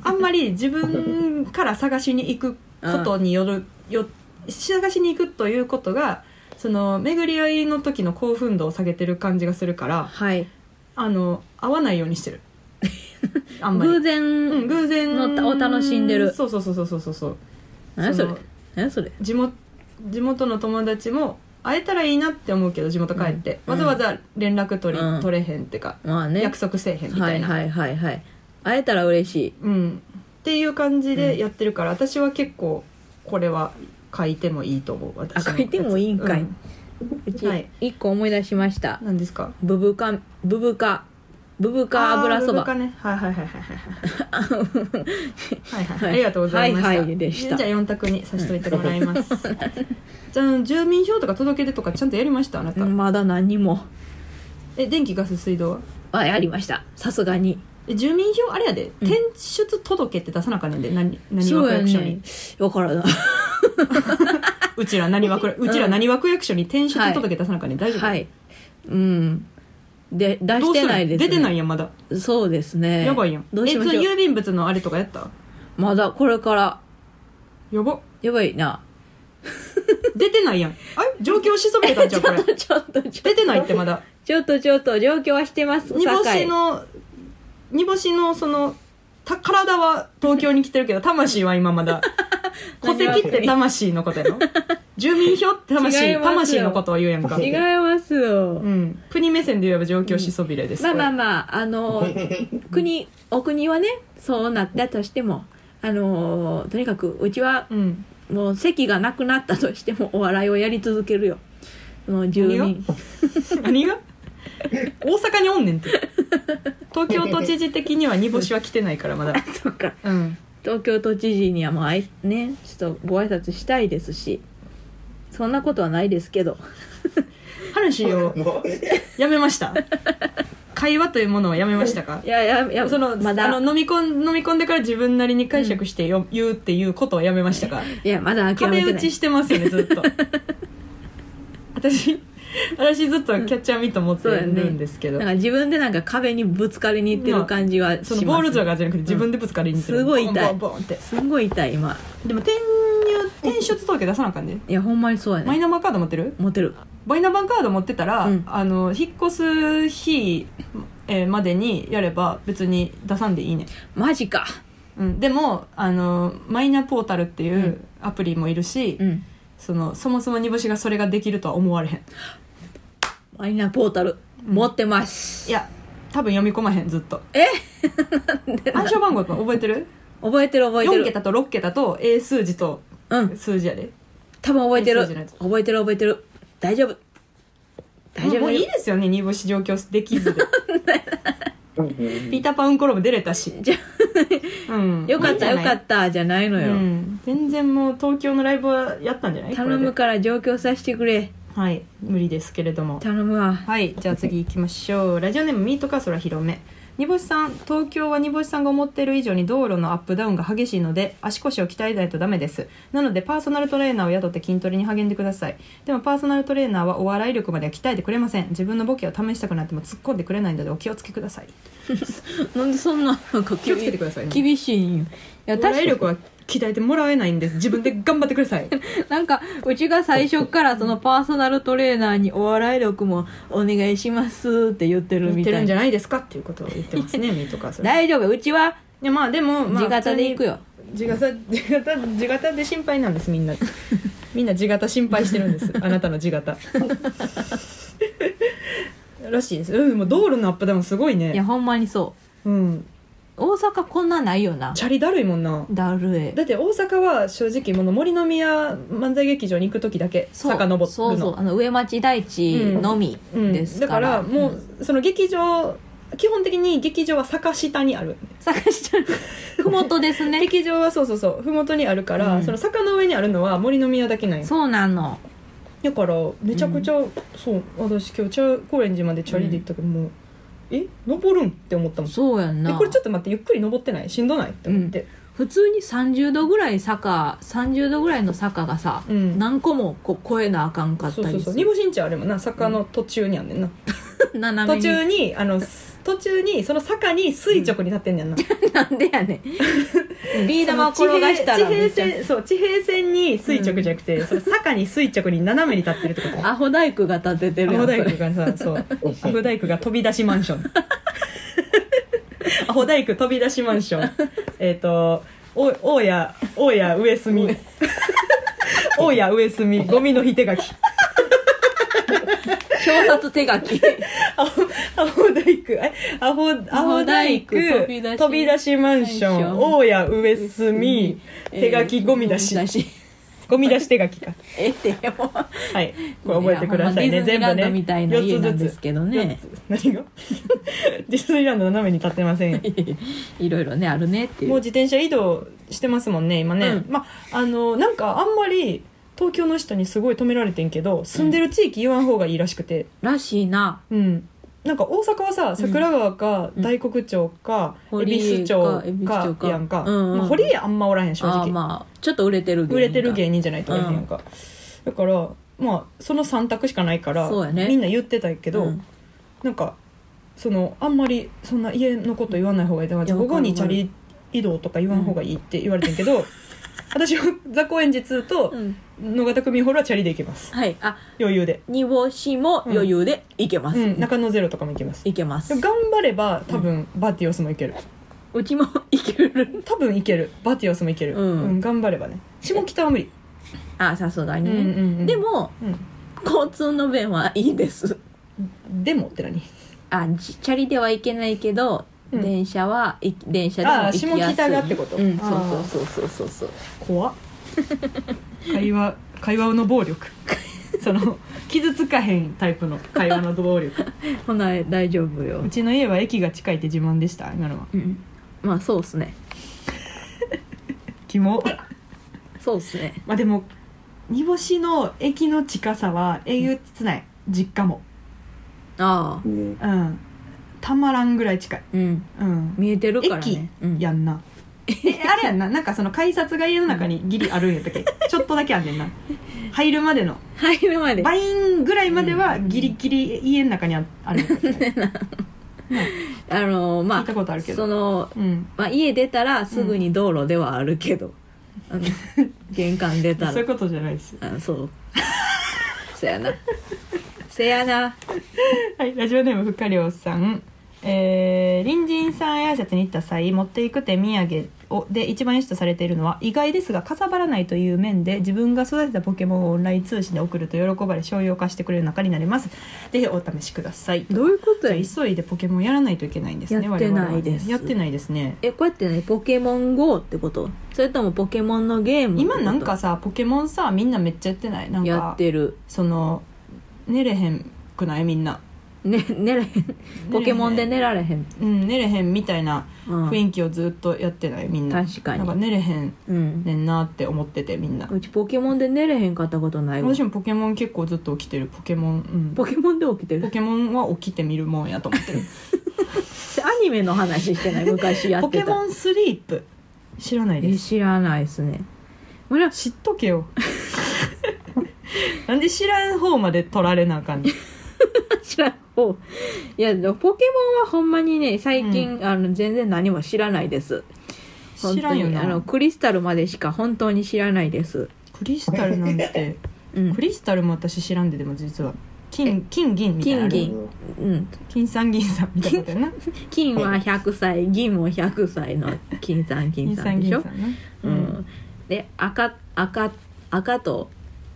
[SPEAKER 1] あんまり自分から探しに行くことによるよ探しに行くということがその巡り合いの時の興奮度を下げてる感じがするから
[SPEAKER 2] はい
[SPEAKER 1] あの合わないようにして るあんまり
[SPEAKER 2] 偶然、
[SPEAKER 1] うん、偶然
[SPEAKER 2] のを楽しんでる
[SPEAKER 1] そうそうそうそうそうそうそう
[SPEAKER 2] 何それ
[SPEAKER 1] の
[SPEAKER 2] 何それ
[SPEAKER 1] 地元地元の友達も会えたらいいなって思うけど地元帰って、
[SPEAKER 2] うん
[SPEAKER 1] わざわざ連絡取り、
[SPEAKER 2] うん
[SPEAKER 1] 取れへんってか、
[SPEAKER 2] まあね
[SPEAKER 1] 約束せえへんみ
[SPEAKER 2] は
[SPEAKER 1] た
[SPEAKER 2] い
[SPEAKER 1] いな、
[SPEAKER 2] はいはいはい会えたら嬉しい
[SPEAKER 1] うん、っていう感じ
[SPEAKER 2] う
[SPEAKER 1] で
[SPEAKER 2] ん
[SPEAKER 1] やってるから、私は結構これは書いてもいいと思う私のやつ
[SPEAKER 2] あ書いてもいいんかい
[SPEAKER 1] うん
[SPEAKER 2] うち
[SPEAKER 1] はい
[SPEAKER 2] 一個思い出しました
[SPEAKER 1] 何ですか
[SPEAKER 2] ブブカブブカブブカ油そ
[SPEAKER 1] あーブブカ
[SPEAKER 2] ば
[SPEAKER 1] ねはいはいはいはいはい はいはい
[SPEAKER 2] は
[SPEAKER 1] はいいありがとうございました、
[SPEAKER 2] はいはいでした
[SPEAKER 1] じゃあ4択にさせておいてもらい ます、じゃあ住民票とか届け出とかちゃんとやりましたあなた、
[SPEAKER 2] まだ何にも
[SPEAKER 1] え電気ガス水道は
[SPEAKER 2] あやりましたさすがに
[SPEAKER 1] え住民票あれやで、
[SPEAKER 2] うん
[SPEAKER 1] 転出届って出さなあかんねんで何何
[SPEAKER 2] そう
[SPEAKER 1] 枠
[SPEAKER 2] や
[SPEAKER 1] 役所に、
[SPEAKER 2] ねわからな
[SPEAKER 1] うちら何枠うちら何枠役所に転出届出さなあかんねん、大
[SPEAKER 2] い
[SPEAKER 1] 丈夫、
[SPEAKER 2] はいうんで出
[SPEAKER 1] どうす
[SPEAKER 2] して
[SPEAKER 1] る
[SPEAKER 2] ないです、ね、
[SPEAKER 1] 出てないやんまだ
[SPEAKER 2] そうですね
[SPEAKER 1] やばいやん。
[SPEAKER 2] どうしましょ
[SPEAKER 1] え、そうの郵便物のあれとかやった
[SPEAKER 2] まだこれから
[SPEAKER 1] やば。
[SPEAKER 2] やばいな
[SPEAKER 1] 出てないやん。あれ状況しそびれたんちゃうこ れ。
[SPEAKER 2] ちょっとちょっと
[SPEAKER 1] 出てないってまだ。
[SPEAKER 2] ちょっとちょっと状況はしてます
[SPEAKER 1] 煮干し
[SPEAKER 2] 酒井
[SPEAKER 1] の、煮干しのその、た体は東京に来てるけど、魂は今ま だ。戸籍って魂のことやろ住民票って
[SPEAKER 2] 違い
[SPEAKER 1] 魂、
[SPEAKER 2] ますよ
[SPEAKER 1] 魂のことを言うやんか。
[SPEAKER 2] 違いますよ、
[SPEAKER 1] うん。国目線で言えば状況しそびれです。
[SPEAKER 2] まあまあ
[SPEAKER 1] こ
[SPEAKER 2] まあ あの国お国はねそうなったとしてもあのとにかくうちは
[SPEAKER 1] れうん。
[SPEAKER 2] もう席がなくなったとしてもお笑いをやり続けるよもう住民
[SPEAKER 1] 何が大阪におんねんって。東京都知事的には煮干しは来てないから、まだ。
[SPEAKER 2] とか
[SPEAKER 1] うん。
[SPEAKER 2] 東京都知事にはもうあいねちょっとご挨拶したいですしそんなことはないですけど
[SPEAKER 1] 話をやめました会話というものをやめましたか
[SPEAKER 2] いやいやいや
[SPEAKER 1] その,、
[SPEAKER 2] まだ
[SPEAKER 1] あの飲み込ん飲み込んでから自分なりに解釈してよ、言うっていうことをやめましたか
[SPEAKER 2] いやまだ諦
[SPEAKER 1] 壁
[SPEAKER 2] めて
[SPEAKER 1] 打
[SPEAKER 2] な
[SPEAKER 1] ち
[SPEAKER 2] い
[SPEAKER 1] してますよねずっ と私私ずっとキャッチャーミット持って
[SPEAKER 2] そうや
[SPEAKER 1] る
[SPEAKER 2] ね
[SPEAKER 1] んですけど
[SPEAKER 2] な
[SPEAKER 1] そ,、
[SPEAKER 2] んか自分でなんか壁にぶつかりにいってる感じはします、
[SPEAKER 1] のボール像がじゃなくて自分でぶつかりに行ってる、
[SPEAKER 2] すごい痛い
[SPEAKER 1] ボンボンボンって
[SPEAKER 2] すんごい痛い今
[SPEAKER 1] でも転入転出届出さなあかんね
[SPEAKER 2] いやほんまにそうや
[SPEAKER 1] マイ
[SPEAKER 2] ね
[SPEAKER 1] ナンバーカード持ってる
[SPEAKER 2] モテる
[SPEAKER 1] マイナンバーカード持ってたら、
[SPEAKER 2] うん
[SPEAKER 1] あの引っ越す日、えーまでにやれば別に出さんでいいね
[SPEAKER 2] マジか
[SPEAKER 1] うん、でもあのマイナポータルっていううアプリもいるし、
[SPEAKER 2] うん
[SPEAKER 1] そのそもそも煮干しがそれができるとは思われへん
[SPEAKER 2] マイナポータル持ってます、
[SPEAKER 1] いや多分読み込まへんずっと
[SPEAKER 2] え
[SPEAKER 1] 暗証番号とか覚えてる
[SPEAKER 2] 覚えてる覚えてる
[SPEAKER 1] 4桁と6桁と英数字と
[SPEAKER 2] うん
[SPEAKER 1] 数字やで
[SPEAKER 2] 多分覚えてる
[SPEAKER 1] そうじゃないです
[SPEAKER 2] 覚えてる覚えてる大丈夫大丈夫
[SPEAKER 1] もういいですよね煮干し上京できずでピーターパンウンコロム出れたし
[SPEAKER 2] じゃ
[SPEAKER 1] うん
[SPEAKER 2] よかっ
[SPEAKER 1] い
[SPEAKER 2] た
[SPEAKER 1] いんじゃな
[SPEAKER 2] よ
[SPEAKER 1] い
[SPEAKER 2] かったじゃないの
[SPEAKER 1] う
[SPEAKER 2] よ、
[SPEAKER 1] ん、全然もう東京のライブはやったんじゃない
[SPEAKER 2] 頼む
[SPEAKER 1] こ
[SPEAKER 2] から上京させてくれ
[SPEAKER 1] れではい無理ですけれども
[SPEAKER 2] 頼むわ
[SPEAKER 1] はいじゃあ次行きましょうラジオネームミートカーソラ広め煮干しさん東京は煮干しさんが思っている以上に道路のアップダウンが激しいので足腰を鍛えないとダメですなのでパーソナルトレーナーを雇って筋トレに励んでくださいでもパーソナルトレーナーはお笑い力までは鍛えてくれません自分のボケを試したくなっても突っ込んでくれないのでお気をつけください
[SPEAKER 2] なんでそんななんか
[SPEAKER 1] 気をつけてくださいね
[SPEAKER 2] 厳しいんよいや
[SPEAKER 1] お笑い
[SPEAKER 2] 確
[SPEAKER 1] 力
[SPEAKER 2] か
[SPEAKER 1] は鍛えてもらえないんです自分で頑張ってくだ さい
[SPEAKER 2] なんかうちが最初からそのパーソナルトレーナーにお笑い力もお願いしますって言ってる
[SPEAKER 1] 言
[SPEAKER 2] み
[SPEAKER 1] って
[SPEAKER 2] た
[SPEAKER 1] る
[SPEAKER 2] い
[SPEAKER 1] んじゃ
[SPEAKER 2] な
[SPEAKER 1] ないですかっていうことを言ってますね ミートカーソラい
[SPEAKER 2] 大丈夫うちは
[SPEAKER 1] やまあでも、まあ、
[SPEAKER 2] 地形で行くよ、
[SPEAKER 1] 地型地型地型で心配なんですみんなみんな地型心配してるん ですあなたの地型らしいですうんもう道路のアップダウンすごい
[SPEAKER 2] いや
[SPEAKER 1] ね
[SPEAKER 2] ほんまにそう
[SPEAKER 1] うん
[SPEAKER 2] 大阪こんなないよな
[SPEAKER 1] チャリだるいもんな
[SPEAKER 2] だるえ
[SPEAKER 1] だって大阪は正直もの森の宮漫才劇場に行く時だけ
[SPEAKER 2] そう
[SPEAKER 1] 遡るの
[SPEAKER 2] そうそうあの上町台地のみ
[SPEAKER 1] うん
[SPEAKER 2] です
[SPEAKER 1] だ
[SPEAKER 2] か、
[SPEAKER 1] かららも
[SPEAKER 2] ん
[SPEAKER 1] うその劇場基本的に劇場は坂下にある
[SPEAKER 2] 探しち ゃうふもとですね
[SPEAKER 1] 劇場はそうそうそう麓にあるから、
[SPEAKER 2] うん
[SPEAKER 1] その坂の上にあるのは森の宮だけなんよ
[SPEAKER 2] そうなの
[SPEAKER 1] だからめちゃくちゃ、そう私今日チャ高円寺までチャリで行ったけど、もうえ登るんって思ったもん
[SPEAKER 2] そうやん
[SPEAKER 1] え
[SPEAKER 2] な
[SPEAKER 1] これちょっと待ってゆっくり登ってないしんどないって思って、
[SPEAKER 2] 普通に30度ぐらい坂30度ぐらいの坂がさ、
[SPEAKER 1] うん
[SPEAKER 2] 何個もこう越えなあかんかっ
[SPEAKER 1] そう
[SPEAKER 2] た
[SPEAKER 1] そう
[SPEAKER 2] り
[SPEAKER 1] そ
[SPEAKER 2] す
[SPEAKER 1] う
[SPEAKER 2] る
[SPEAKER 1] 煮干しんちゃんあれもな坂の途中にあんねんな、
[SPEAKER 2] 斜
[SPEAKER 1] 途
[SPEAKER 2] めに
[SPEAKER 1] 中にあのす途中にその坂に垂直に立ってんねんな、
[SPEAKER 2] なんでやね んビー玉を
[SPEAKER 1] その
[SPEAKER 2] 転がしたら
[SPEAKER 1] 地平
[SPEAKER 2] めっ
[SPEAKER 1] 地
[SPEAKER 2] ちゃ
[SPEAKER 1] 平線そう地平線に垂直じゃなくて、その坂に垂直に斜めに立ってるってこと
[SPEAKER 2] アホ大工が建てて
[SPEAKER 1] ア
[SPEAKER 2] るや
[SPEAKER 1] ホ
[SPEAKER 2] んそ
[SPEAKER 1] 大
[SPEAKER 2] れ
[SPEAKER 1] 工がさそうアホ大工が飛び出しマンション アホ大工飛び出しマンションえっ、とお大家大家上 住大家上住ゴミの日手書き
[SPEAKER 2] 表札手 書き
[SPEAKER 1] アホアホ大工えアホアホ大工
[SPEAKER 2] 飛び出し
[SPEAKER 1] 飛び出しマンショ
[SPEAKER 2] マンショ
[SPEAKER 1] ン
[SPEAKER 2] ン
[SPEAKER 1] 大家上住手書きゴミ出し、
[SPEAKER 2] えーゴミ出し
[SPEAKER 1] ゴミ出し手書きか
[SPEAKER 2] ええってもう
[SPEAKER 1] はいこれ覚えてくださいね
[SPEAKER 2] ほんまディズニ
[SPEAKER 1] 全
[SPEAKER 2] ーラ
[SPEAKER 1] 部
[SPEAKER 2] ンド
[SPEAKER 1] ね
[SPEAKER 2] みたいな家なんですけどね
[SPEAKER 1] 四つ何が ディズニーランド斜めに立ってませんよ
[SPEAKER 2] いろいろねあるねってい
[SPEAKER 1] もう
[SPEAKER 2] う
[SPEAKER 1] 自転車移動してますもんね今ね、
[SPEAKER 2] うん
[SPEAKER 1] まああのなんかあんまり東京の人にすごい止められてんけど住んでる地域言わん方がいいらしくて
[SPEAKER 2] らしいな
[SPEAKER 1] うんなんか大阪はさ桜川か
[SPEAKER 2] うん
[SPEAKER 1] 大黒町か恵
[SPEAKER 2] 堀江
[SPEAKER 1] 比寿
[SPEAKER 2] か
[SPEAKER 1] 町
[SPEAKER 2] 恵比寿
[SPEAKER 1] か
[SPEAKER 2] 町か
[SPEAKER 1] やんか、
[SPEAKER 2] うんうん
[SPEAKER 1] まあ、堀江あんまおらへん正
[SPEAKER 2] あー
[SPEAKER 1] 直、
[SPEAKER 2] まあちょっと売れてる芸人
[SPEAKER 1] 売れてる
[SPEAKER 2] が
[SPEAKER 1] 芸人じゃないとおらへんやんか、だからまあその3択しかないから
[SPEAKER 2] そうやね
[SPEAKER 1] みんな言ってたけど、
[SPEAKER 2] うん
[SPEAKER 1] なんかそのあんまりそんな家のこと言わない方がいいだから
[SPEAKER 2] いや
[SPEAKER 1] 午後に
[SPEAKER 2] わ
[SPEAKER 1] チャ
[SPEAKER 2] かるわかる
[SPEAKER 1] リ移動とか言わん方がいいって言われてんけど、 私は雑魚園児2と
[SPEAKER 2] うん
[SPEAKER 1] 野方組ホールはチャリで行けます
[SPEAKER 2] はいあ
[SPEAKER 1] 余裕で、
[SPEAKER 2] 煮干しも余裕でいけます、
[SPEAKER 1] うん、中野ゼロとかも行けます
[SPEAKER 2] いけます
[SPEAKER 1] でも頑張れば多分バティオスも行ける
[SPEAKER 2] うちもいける
[SPEAKER 1] 多分行けるバティオスも行ける、
[SPEAKER 2] うん
[SPEAKER 1] 頑張ればね下北は無理、
[SPEAKER 2] あさす
[SPEAKER 1] う
[SPEAKER 2] がに
[SPEAKER 1] ん
[SPEAKER 2] ね、
[SPEAKER 1] うんうん
[SPEAKER 2] で、も
[SPEAKER 1] う
[SPEAKER 2] 交通の便はいいです
[SPEAKER 1] ん、でもって何
[SPEAKER 2] あじチャリではいけないけど、
[SPEAKER 1] うん
[SPEAKER 2] 電車はい電車でも
[SPEAKER 1] あ
[SPEAKER 2] 行
[SPEAKER 1] ー
[SPEAKER 2] きやす
[SPEAKER 1] 下
[SPEAKER 2] い
[SPEAKER 1] 北がってこと
[SPEAKER 2] うん、
[SPEAKER 1] あ
[SPEAKER 2] そう
[SPEAKER 1] ー
[SPEAKER 2] そうそうそうそう
[SPEAKER 1] 怖 っ会話会話の暴力その傷つかへんタイプの会話の暴力
[SPEAKER 2] ほな大丈夫よ
[SPEAKER 1] う、ちの家は駅が近いって自慢でした今のは
[SPEAKER 2] うん、まあそうっすね
[SPEAKER 1] キモ
[SPEAKER 2] そうっすね
[SPEAKER 1] まあでも煮干しの駅の近さはえぐつない実家も
[SPEAKER 2] ああ
[SPEAKER 3] ね
[SPEAKER 1] うんたまらんぐらい近い
[SPEAKER 2] うん
[SPEAKER 1] うん
[SPEAKER 2] 見えてるからねうん
[SPEAKER 1] やんなえあれやんななんかその改札が家の中にギリあるんやったっけちょっとだけあんねん な入るまでの
[SPEAKER 2] 入るまで
[SPEAKER 1] バインぐらいまではギリギリ家の中 にああるんやったっけ
[SPEAKER 2] あのーま
[SPEAKER 1] 聞いたことあるけ
[SPEAKER 2] あ
[SPEAKER 1] ど
[SPEAKER 2] その、
[SPEAKER 1] うん
[SPEAKER 2] まあ、家出たらすぐに道路ではあるけど、あ の玄関出た
[SPEAKER 1] そうい
[SPEAKER 2] ら
[SPEAKER 1] うことじゃないですよ
[SPEAKER 2] あそうせやなせやな
[SPEAKER 1] はいラジオネームふかりょうさんえー、隣人さんへ挨拶に行った際持っていく手土産をで一番良しとされているのは意外ですがかさばらないという面で自分が育てたポケモンをオンライン通信で送ると喜ばれ商用化してくれる仲になりますぜひお試しください
[SPEAKER 2] どういうことや
[SPEAKER 1] 急いでポケモンやらないといけないんですね
[SPEAKER 2] やって
[SPEAKER 1] 我
[SPEAKER 2] ない
[SPEAKER 1] 々はね
[SPEAKER 2] です
[SPEAKER 1] やってないですね
[SPEAKER 2] えこうやってねポケモン GO ってことそれともポケモンのゲームってこと
[SPEAKER 1] 今なんかさポケモンさみんなめっちゃやってないなん
[SPEAKER 2] や
[SPEAKER 1] か
[SPEAKER 2] ってる
[SPEAKER 1] その寝れへんくないみんな
[SPEAKER 2] ね寝れへんポケモンで寝られへん、
[SPEAKER 1] うん、寝れへんみたいな
[SPEAKER 2] うん、
[SPEAKER 1] 雰囲気をずっとやってないみんな
[SPEAKER 2] 確か
[SPEAKER 1] なんか
[SPEAKER 2] に、
[SPEAKER 1] 寝れへん
[SPEAKER 2] うん、
[SPEAKER 1] ねんなって思っててみんな
[SPEAKER 2] うちポケモンで寝れへんかったことないわ
[SPEAKER 1] 私もポケモン結構ずっと起きてるポケモン、うん、
[SPEAKER 2] ポケモンで起きて
[SPEAKER 1] ポ
[SPEAKER 2] る
[SPEAKER 1] ケモンは起きてみるもんやと思 ってる
[SPEAKER 2] アニメの話してない昔や
[SPEAKER 1] ポ
[SPEAKER 2] って
[SPEAKER 1] ケ
[SPEAKER 2] た
[SPEAKER 1] モンスリープ知らないで
[SPEAKER 2] え
[SPEAKER 1] す
[SPEAKER 2] 知らないですねこれは
[SPEAKER 1] 知っとけよ なんで知らん方まで取られなあかんねん
[SPEAKER 2] 知らん方 いやでもポケモンはほんまにね最近、あの全然何も知らないです本
[SPEAKER 1] 知ら
[SPEAKER 2] 当
[SPEAKER 1] ん
[SPEAKER 2] に
[SPEAKER 1] よ
[SPEAKER 2] あの
[SPEAKER 1] な
[SPEAKER 2] クリスタルまでしか本当に知らないです、
[SPEAKER 1] クリスタルなんて
[SPEAKER 2] うん
[SPEAKER 1] クリスタルも私知らんででも実は金金銀みたいなのある
[SPEAKER 2] 金銀うん、
[SPEAKER 1] 金さん銀さんみたいなことやな
[SPEAKER 2] 金は100歳銀も100歳の金さん金
[SPEAKER 1] 金
[SPEAKER 2] さ
[SPEAKER 1] さ
[SPEAKER 2] ん
[SPEAKER 1] ん
[SPEAKER 2] で
[SPEAKER 1] 銀
[SPEAKER 2] し
[SPEAKER 1] さ
[SPEAKER 2] ょ
[SPEAKER 1] ん、な
[SPEAKER 2] う
[SPEAKER 1] うん
[SPEAKER 2] ん、で赤赤赤と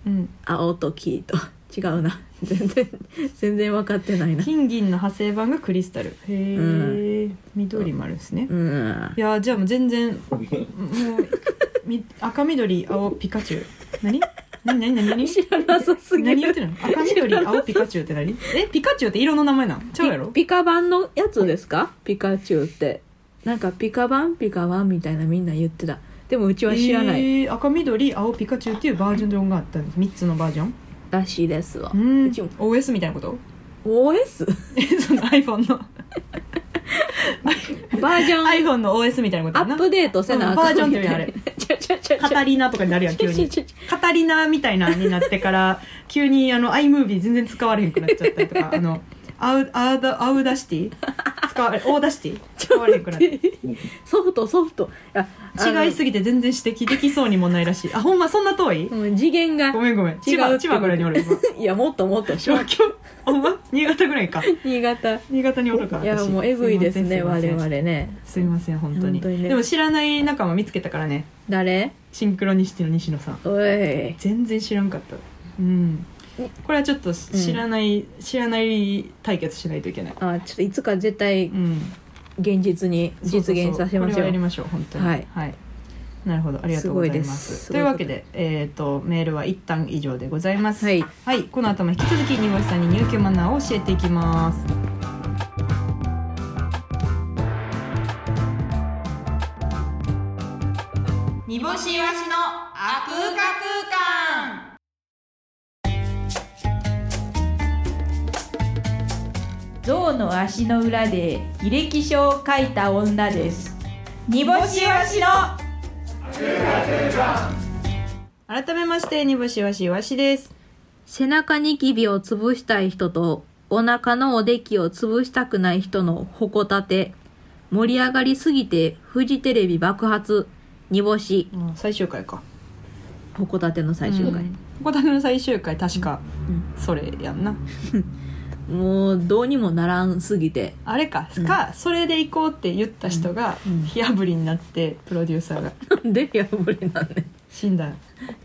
[SPEAKER 1] うん
[SPEAKER 2] 青と黄と違うな全然全然分かってない な
[SPEAKER 1] 金銀の派生版がクリスタルへえ、
[SPEAKER 2] う
[SPEAKER 1] 緑もあるんですね、
[SPEAKER 2] うん
[SPEAKER 1] いやーじゃあもう全然もうみ 赤緑青ピカチュウ何何何何何
[SPEAKER 2] 知らなさすぎる
[SPEAKER 1] 何言ってるの赤緑青ピカチュウって何えピカチュウって色の名前なんちゃうやろ
[SPEAKER 2] ピピカ版のやつですかピカチュウってなんかピカ版ピカ版みたいなみんな言ってたでもうちは知らない
[SPEAKER 1] えー赤緑青ピカチュウっていうバージョンがあったんです3つのバージョン
[SPEAKER 2] らしいですわ
[SPEAKER 1] うん
[SPEAKER 2] うちも
[SPEAKER 1] OS みたいなこと
[SPEAKER 2] OS?
[SPEAKER 1] えその iPhone の
[SPEAKER 2] バージョン
[SPEAKER 1] iPhone の OS みたいなこと
[SPEAKER 2] ア
[SPEAKER 1] やな
[SPEAKER 2] ップデートせなあか
[SPEAKER 1] う
[SPEAKER 2] ん
[SPEAKER 1] んバージョンって
[SPEAKER 2] み
[SPEAKER 1] 言う
[SPEAKER 2] た
[SPEAKER 1] のあ
[SPEAKER 2] いな
[SPEAKER 1] れ
[SPEAKER 2] ちゃちゃちゃち
[SPEAKER 1] カ
[SPEAKER 2] ゃ
[SPEAKER 1] タリナとかになるやん急にカタリナみたいなになってから急にあの iMovie 全然使われへんくなっちゃったりとかあのアウアウダアウダシティ使われオーダーシティ使われへんくなって
[SPEAKER 2] ソフトソフトああの
[SPEAKER 1] 違いすぎて全然指摘できそうにもないらしいあほんまそんな遠い
[SPEAKER 2] うん次元が
[SPEAKER 1] ごめんごめん千葉千葉ぐらいにおる今
[SPEAKER 2] いやもっともっとしょ
[SPEAKER 1] 東京ほんま新潟ぐらいか
[SPEAKER 2] 新潟
[SPEAKER 1] 新潟におるから
[SPEAKER 2] いやもうえぐいですね我々
[SPEAKER 1] 々
[SPEAKER 2] ね
[SPEAKER 1] すいません本当に
[SPEAKER 2] 本当にね
[SPEAKER 1] でも知らない仲間見つけたからね
[SPEAKER 2] 誰
[SPEAKER 1] シンクロニシティの西野さん
[SPEAKER 2] おい
[SPEAKER 1] 全然知らんかったうんこれはちょっと知らない、知らない対決しないといけない
[SPEAKER 2] あちょっといつか絶対
[SPEAKER 1] うん
[SPEAKER 2] 現実に実現
[SPEAKER 1] そうそ
[SPEAKER 2] させま
[SPEAKER 1] うそうこ
[SPEAKER 2] し
[SPEAKER 1] れ
[SPEAKER 2] ょ
[SPEAKER 1] は
[SPEAKER 2] う
[SPEAKER 1] やりましょう本当に
[SPEAKER 2] はい
[SPEAKER 1] なるほどありがとうございます
[SPEAKER 2] すごいです
[SPEAKER 1] というわけでえっ、とメールは一旦以上でございます
[SPEAKER 2] はい、
[SPEAKER 1] はい、この後も引き続きにぼしさんに入居マナーを教えていきますにぼしわしのあ空間空間
[SPEAKER 4] 象の足の裏で履歴書を書いた女です煮干しわしの
[SPEAKER 1] 改めまして、にぼしわしわしです。
[SPEAKER 2] 背中ニキビを潰したい人とお腹のおできを潰したくない人のほこたて盛り上がりすぎてフジテレビ爆発煮干し
[SPEAKER 1] 最終回か。
[SPEAKER 2] ほこたての最終回、
[SPEAKER 1] こたての最終回、確か
[SPEAKER 2] うん、
[SPEAKER 1] それやんな。
[SPEAKER 2] もうどうにもならんすぎて
[SPEAKER 1] あれか、か、それで行こうって言った人が
[SPEAKER 2] うんうん、
[SPEAKER 1] 火あぶりになって、プロデューサーが
[SPEAKER 2] なんでやぶりなんねん
[SPEAKER 1] 死んだ。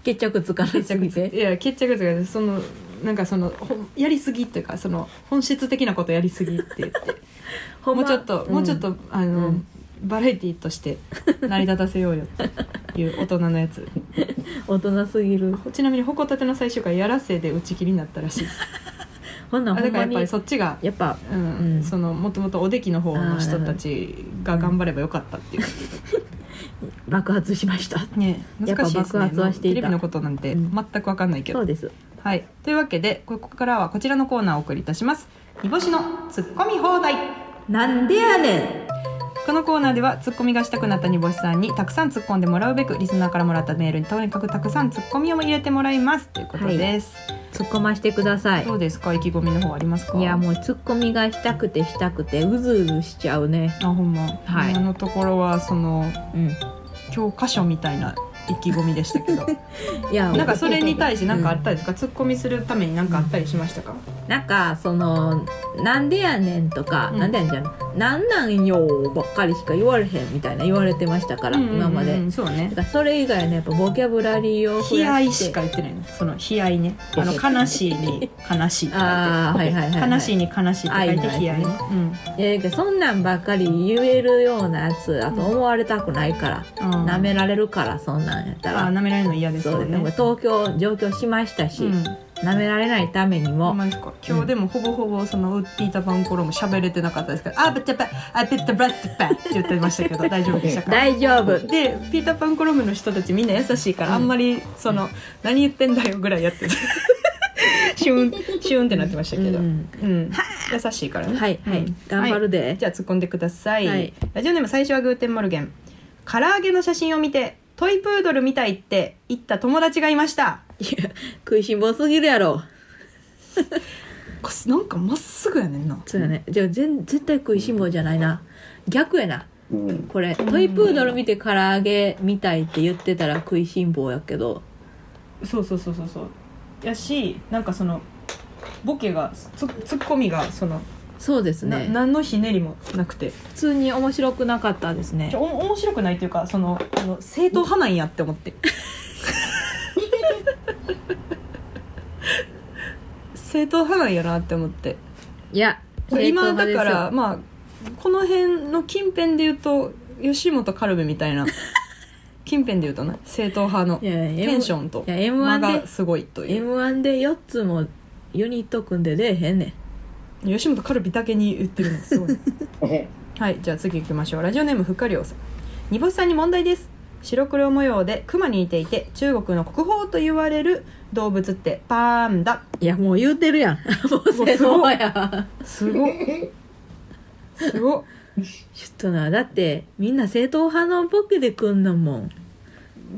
[SPEAKER 2] 決着つかなす
[SPEAKER 1] 決着
[SPEAKER 2] ぎ
[SPEAKER 1] つい
[SPEAKER 2] て
[SPEAKER 1] や、決着つが、その、なんかその、ほんやりすぎっていうか、その、本質的なことやりすぎって言って。
[SPEAKER 2] ほ ん
[SPEAKER 1] も
[SPEAKER 2] ま
[SPEAKER 1] うちょっと、
[SPEAKER 2] うん
[SPEAKER 1] もうちょっとあの、
[SPEAKER 2] うん
[SPEAKER 1] バラエティーとして成り立たせようよっていう大人のやつ
[SPEAKER 2] 大人すぎる
[SPEAKER 1] ちなみにホコタテの最終回やらせで打ち切りになったらしいです
[SPEAKER 2] ほん
[SPEAKER 1] あ
[SPEAKER 2] なん ほ
[SPEAKER 1] だ
[SPEAKER 2] ん
[SPEAKER 1] から
[SPEAKER 2] ま
[SPEAKER 1] やっ
[SPEAKER 2] に
[SPEAKER 1] ぱりそっちが、
[SPEAKER 2] やっぱ
[SPEAKER 1] うん
[SPEAKER 2] うん
[SPEAKER 1] そのもともとおできの方の人たちが頑張ればよかったっていう、
[SPEAKER 2] 爆発しま した
[SPEAKER 1] ね
[SPEAKER 2] やっぱ
[SPEAKER 1] 難しいです
[SPEAKER 2] 爆
[SPEAKER 1] ね
[SPEAKER 2] 発はしていた
[SPEAKER 1] テレビのことなんて
[SPEAKER 2] うん
[SPEAKER 1] 全く分かんないけど、
[SPEAKER 2] そうです
[SPEAKER 1] はいというわけでここからはこちらのコーナーをお送りいたします煮干しのツッコミ放題
[SPEAKER 2] なんでやねん
[SPEAKER 1] このコーナーではツッコミがしたくなった煮干しさんにたくさん突っ込んでもらうべくリスナーからもらったメールにとにかくたくさん突っ込みを入れてもらいますということです、
[SPEAKER 2] 突っ込ましてください
[SPEAKER 1] どうですか意気込みの方ありますか
[SPEAKER 2] いやもうツッコミがしたくてしたくてうずうずしちゃうね
[SPEAKER 1] あほんま、
[SPEAKER 2] はい
[SPEAKER 1] 今のところはその
[SPEAKER 2] うん
[SPEAKER 1] 教科書みたいな意気込みでしたけど
[SPEAKER 2] いや
[SPEAKER 1] なんかそれに対して何かあったですか、ツッコミするために何かあったりしましたか、
[SPEAKER 2] なんかその「なんでやねん」とか「
[SPEAKER 1] うん
[SPEAKER 2] なんでやねん」じゃん「なんなんよ」ばっかりしか言われへんみたいな言われてましたから、
[SPEAKER 1] うんうんうん
[SPEAKER 2] 今まで
[SPEAKER 1] そうね
[SPEAKER 2] だからそれ以外のやっぱボキャブラリーを増
[SPEAKER 1] 悲
[SPEAKER 2] や
[SPEAKER 1] 哀
[SPEAKER 2] して
[SPEAKER 1] しか言ってないのその悲哀ねあの悲しいに悲しいって書いて
[SPEAKER 2] ああはいはいはい、はい、
[SPEAKER 1] 悲しいに悲しいって書いて悲哀
[SPEAKER 2] 愛
[SPEAKER 1] ね
[SPEAKER 2] の、
[SPEAKER 1] うん
[SPEAKER 2] いやなんかそんなんばっかり言えるようなやつあと思われたくないから、
[SPEAKER 1] うん
[SPEAKER 2] 舐められるからそんなんやった
[SPEAKER 1] あ
[SPEAKER 2] ら、
[SPEAKER 1] ー舐められるの嫌です
[SPEAKER 2] そ
[SPEAKER 1] も
[SPEAKER 2] うんで
[SPEAKER 1] ね
[SPEAKER 2] も東京上京しましたし、
[SPEAKER 1] うん
[SPEAKER 2] 舐められないために
[SPEAKER 1] ほ
[SPEAKER 2] も
[SPEAKER 1] んまですか今日でもほぼほぼそのウッディータバンコロも喋れてなかったですから「あぶっちゃぱあぶっちゃぶらっちゃぱ」って言ってましたけど大丈夫でしたか
[SPEAKER 2] 大丈夫
[SPEAKER 1] でピーターパンコロムの人たちみんな優しいから、
[SPEAKER 2] うん
[SPEAKER 1] あんまりその、何言ってんだよぐらいやって てシューンシューンってなってましたけど、
[SPEAKER 2] う
[SPEAKER 1] うん
[SPEAKER 2] ん
[SPEAKER 1] 優しいからね
[SPEAKER 2] はいはい、
[SPEAKER 1] うん
[SPEAKER 2] 頑張るで、
[SPEAKER 1] はいじゃあ突っ込んでください、
[SPEAKER 2] はい
[SPEAKER 1] ラジオネーム最初はグーテンモルゲン唐揚げの写真を見てトイプードルみたいって言った友達がいました
[SPEAKER 2] いや食いしん坊すぎるやろ
[SPEAKER 1] こなんかまっすぐやねんな
[SPEAKER 2] そうやねじゃあ全絶対食いしん坊じゃないな逆やな
[SPEAKER 3] うん。
[SPEAKER 2] これトイプードル見て唐揚げみたいって言ってたら食いしん坊やけど
[SPEAKER 1] そうそうそうそうそうやしなんかそのボケがツツッコミがその、
[SPEAKER 2] そうです
[SPEAKER 1] な
[SPEAKER 2] ね
[SPEAKER 1] 何のひねりもなくて
[SPEAKER 2] 普通に面白くなかったですね
[SPEAKER 1] お面白くないというかそのあの正統派なんやって思って正統派なんやなって思って
[SPEAKER 2] いや
[SPEAKER 1] これ今だか
[SPEAKER 2] 正統
[SPEAKER 1] ら
[SPEAKER 2] 派
[SPEAKER 1] まあこの辺の近辺で言うと吉本カルベみたいな近辺で言うとね正統派の
[SPEAKER 2] ですよいやいや
[SPEAKER 1] テンションと
[SPEAKER 2] いや M1
[SPEAKER 1] 間
[SPEAKER 2] で
[SPEAKER 1] がすごいという
[SPEAKER 2] m 1で4つもユニット組んで出えへんねん
[SPEAKER 1] 吉本カルビだけに言ってるのすごいねはいじゃあ次行きましょうラジオネームふかりょうさん煮干しさんに問題です白黒模様で熊に似ていて中国の国宝と言われる動物ってパンダ
[SPEAKER 2] いやもう言うてるやんもう正統派や
[SPEAKER 1] すごっすごっ
[SPEAKER 2] ちょっとなだってみんな正統派のボケで来んだもん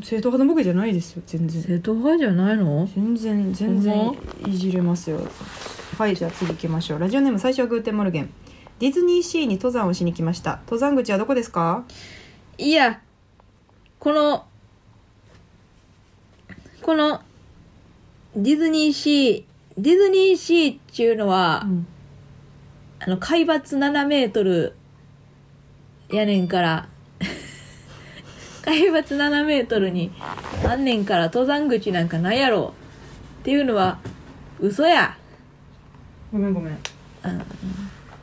[SPEAKER 1] 正統派のボケじゃないですよ全然
[SPEAKER 2] 正統派じゃないの
[SPEAKER 1] 全然全然
[SPEAKER 2] ほん
[SPEAKER 1] いじれますよはいじゃあ次行きましょうラジオネーム最初はグーテンモルゲンディズニーシーに登山をしに来ました登山口はどこですか
[SPEAKER 2] いやこのこのディズニーシーディズニーシーっていうのは、
[SPEAKER 1] うん
[SPEAKER 2] あの海抜7メートルやねんから 海抜7メートルにあんねんから登山口なんかないやろっていうのは嘘や
[SPEAKER 1] ごめんごめん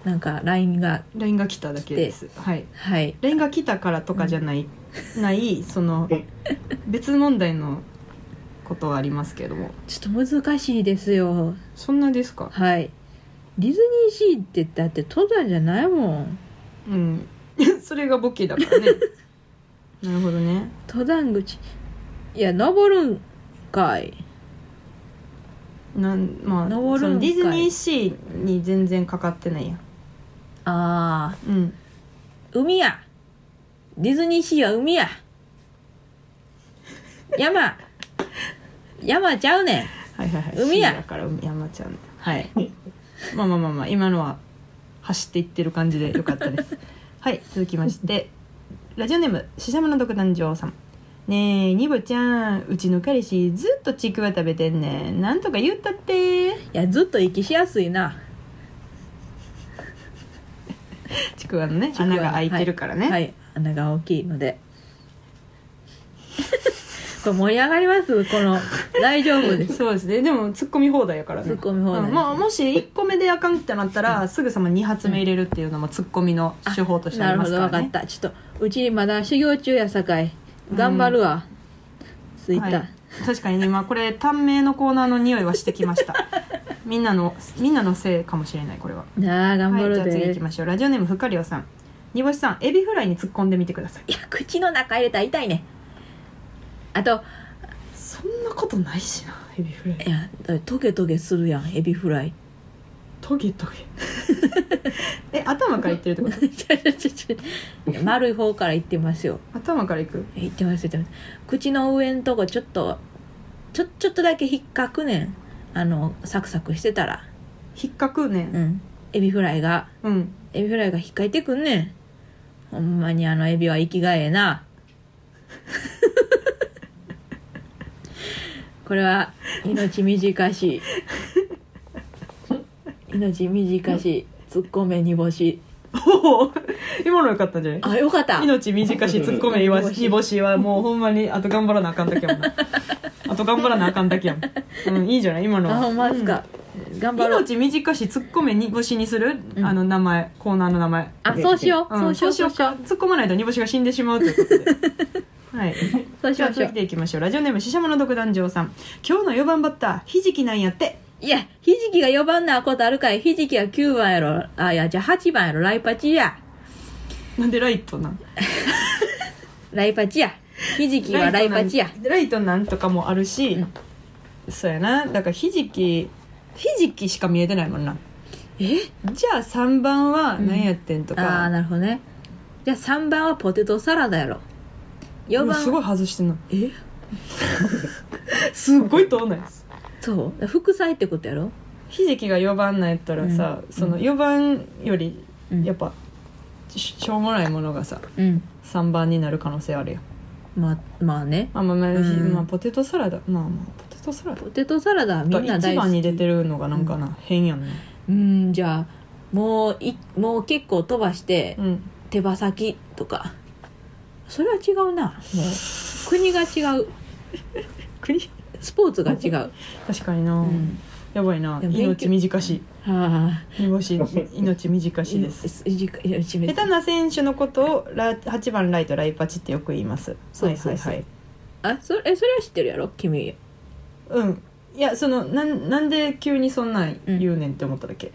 [SPEAKER 2] なんか LINE が
[SPEAKER 1] LINE が来ただけですはい
[SPEAKER 2] はい
[SPEAKER 1] レンが来たからとかじゃない、ないその別問題のことはありますけれども
[SPEAKER 2] ちょっと難しいですよ
[SPEAKER 1] そんなですか
[SPEAKER 2] はいディズニーシーってだって登山じゃないもん
[SPEAKER 1] うん それがボケだから ねなるほどね
[SPEAKER 2] 登山口いや登るんかい
[SPEAKER 1] なんまあ
[SPEAKER 2] 登
[SPEAKER 1] そ
[SPEAKER 2] るん
[SPEAKER 1] の
[SPEAKER 2] か
[SPEAKER 1] デ
[SPEAKER 2] い
[SPEAKER 1] ィズニーシーに全然かかってないやん
[SPEAKER 2] ああ
[SPEAKER 1] うん
[SPEAKER 2] 海やディズニーシーは海や山山ちゃうねん
[SPEAKER 1] はいはいはい
[SPEAKER 2] 海や
[SPEAKER 1] C だから海山ちゃんはいまあまあまあまあ今のは走っていってる感じでよかったです はい続きましてラジオネームししゃもの独壇場さんねえにぼちゃんうちの彼氏ずっとちくわ食べてんねんなんとか言ったって
[SPEAKER 2] いやずっと息しやすいな
[SPEAKER 1] ちくわのね
[SPEAKER 2] ちくわの
[SPEAKER 1] 穴が開いてるからね、
[SPEAKER 2] はい穴が大きいので これ盛り上がりますこの大丈夫です
[SPEAKER 1] そうですねでもツッコミ放題やからね
[SPEAKER 2] ツッコミ放題
[SPEAKER 1] うんまあ、もし1個目であかんってなったら、すぐさま2発目入れるっていうのもツッコミの手法としてあり
[SPEAKER 2] なる
[SPEAKER 1] ま
[SPEAKER 2] ほ
[SPEAKER 1] す
[SPEAKER 2] ど
[SPEAKER 1] から、ね、
[SPEAKER 2] 分かったちょっとうちまだ修行中やさかい頑張るわ、ついた、
[SPEAKER 1] はい、確かにね今これ短命のコーナーの匂いはしてきました みんなのみんなのせいかもしれないこれは
[SPEAKER 2] なあ頑張
[SPEAKER 1] はい、
[SPEAKER 2] る
[SPEAKER 1] じゃ
[SPEAKER 2] で
[SPEAKER 1] あ、次行きましょうラジオネームふかりょうさん煮干しさんエビフライに突っ込んでみてください
[SPEAKER 2] いや口の中入れたら痛いねあと
[SPEAKER 1] そんなことないしなエビフライ
[SPEAKER 2] いやだトゲトゲするやんエビフライ
[SPEAKER 1] トゲトゲ え頭からいってるってこと
[SPEAKER 2] ちょちょちょちょ丸い方からいってますよ
[SPEAKER 1] 頭からいく
[SPEAKER 2] いってますいってます口の上んとこちょっとちょちょっとだけ引っかくねんあのサクサクしてたら
[SPEAKER 1] 引っかくね
[SPEAKER 2] うんんエビフライが
[SPEAKER 1] うん
[SPEAKER 2] エビフライが引っかいてくんねんほんまにあのエビは生きがええな これは命短し命短し突っ込め煮干し
[SPEAKER 1] おお今のよかったんじゃない
[SPEAKER 2] あよかった
[SPEAKER 1] 命短し突っ込めいわ
[SPEAKER 2] 煮干し
[SPEAKER 1] 煮干しはもうほんまにあと頑張らなあかんだけやもん なあと頑張らなあかんだけやもん、うん、いいじゃない今のは
[SPEAKER 2] あほんまっすか、頑張ろう
[SPEAKER 1] 命短し突っ込め煮干しにする、
[SPEAKER 2] うん
[SPEAKER 1] あの名前コーナーの名前、
[SPEAKER 2] あそうしよう、
[SPEAKER 1] ん
[SPEAKER 2] そうしようそうしよ
[SPEAKER 1] か突っ込まないと煮干しが死んでしまうということで はい、
[SPEAKER 2] うそうし
[SPEAKER 1] じゃあ
[SPEAKER 2] ようし
[SPEAKER 1] 続
[SPEAKER 2] よ
[SPEAKER 1] いうていきましょうラジオネームししゃもの独壇場さん今日の4番バッターひじきなんやって
[SPEAKER 2] いやひじきが4番なことあるかいひじきが9番やろあいやじゃあ8番やろライパチや
[SPEAKER 1] なんでライトなん
[SPEAKER 2] ライパチやひじきはライパチや
[SPEAKER 1] トなんライトなんとかもあるし、
[SPEAKER 2] うん
[SPEAKER 1] そうやなだからひじきひじきしか見えてないもんな
[SPEAKER 2] え
[SPEAKER 1] じゃあ3番は何やってんと
[SPEAKER 2] あ
[SPEAKER 1] か、
[SPEAKER 2] あなるほどねじゃあ3番はポテトサラダやろ4
[SPEAKER 1] うわ
[SPEAKER 2] 番
[SPEAKER 1] すごい外してん の
[SPEAKER 2] え
[SPEAKER 1] すっごい遠ないです
[SPEAKER 2] そう副菜ってことやろ
[SPEAKER 1] ひじきが4番なんやったらさ、
[SPEAKER 2] うん
[SPEAKER 1] その4番より
[SPEAKER 2] うん
[SPEAKER 1] やっぱししょうもないものがさ
[SPEAKER 2] うん
[SPEAKER 1] 3番になる可能性あるよ
[SPEAKER 2] まあまあね
[SPEAKER 1] あまあまあ、
[SPEAKER 2] うん
[SPEAKER 1] ひまあ、ポテトサラダまあまあポテトサラダ
[SPEAKER 2] ポテトサラダはみんな
[SPEAKER 1] 1
[SPEAKER 2] 大好
[SPEAKER 1] 番に
[SPEAKER 2] き
[SPEAKER 1] 出てるのがなんかな、変やんね
[SPEAKER 2] うんじゃあもういもう結構飛ばして
[SPEAKER 1] うん
[SPEAKER 2] 手羽先とかそれは違うなもう国が違う
[SPEAKER 1] 国
[SPEAKER 2] スポーツが違う、
[SPEAKER 1] 確かにな、
[SPEAKER 2] うん、
[SPEAKER 1] やばいな
[SPEAKER 2] でも勉
[SPEAKER 1] 命
[SPEAKER 2] 強
[SPEAKER 1] 短し
[SPEAKER 2] ああ
[SPEAKER 1] 煮干し命短しです下手な選手のことをラ8番ライトライパチってよく言います
[SPEAKER 2] そうそうそう
[SPEAKER 1] はいはい
[SPEAKER 2] あそれえそれは知ってるやろ君
[SPEAKER 1] はいうんいやそのなんなんで急にそんなん言うねんって思っただ け、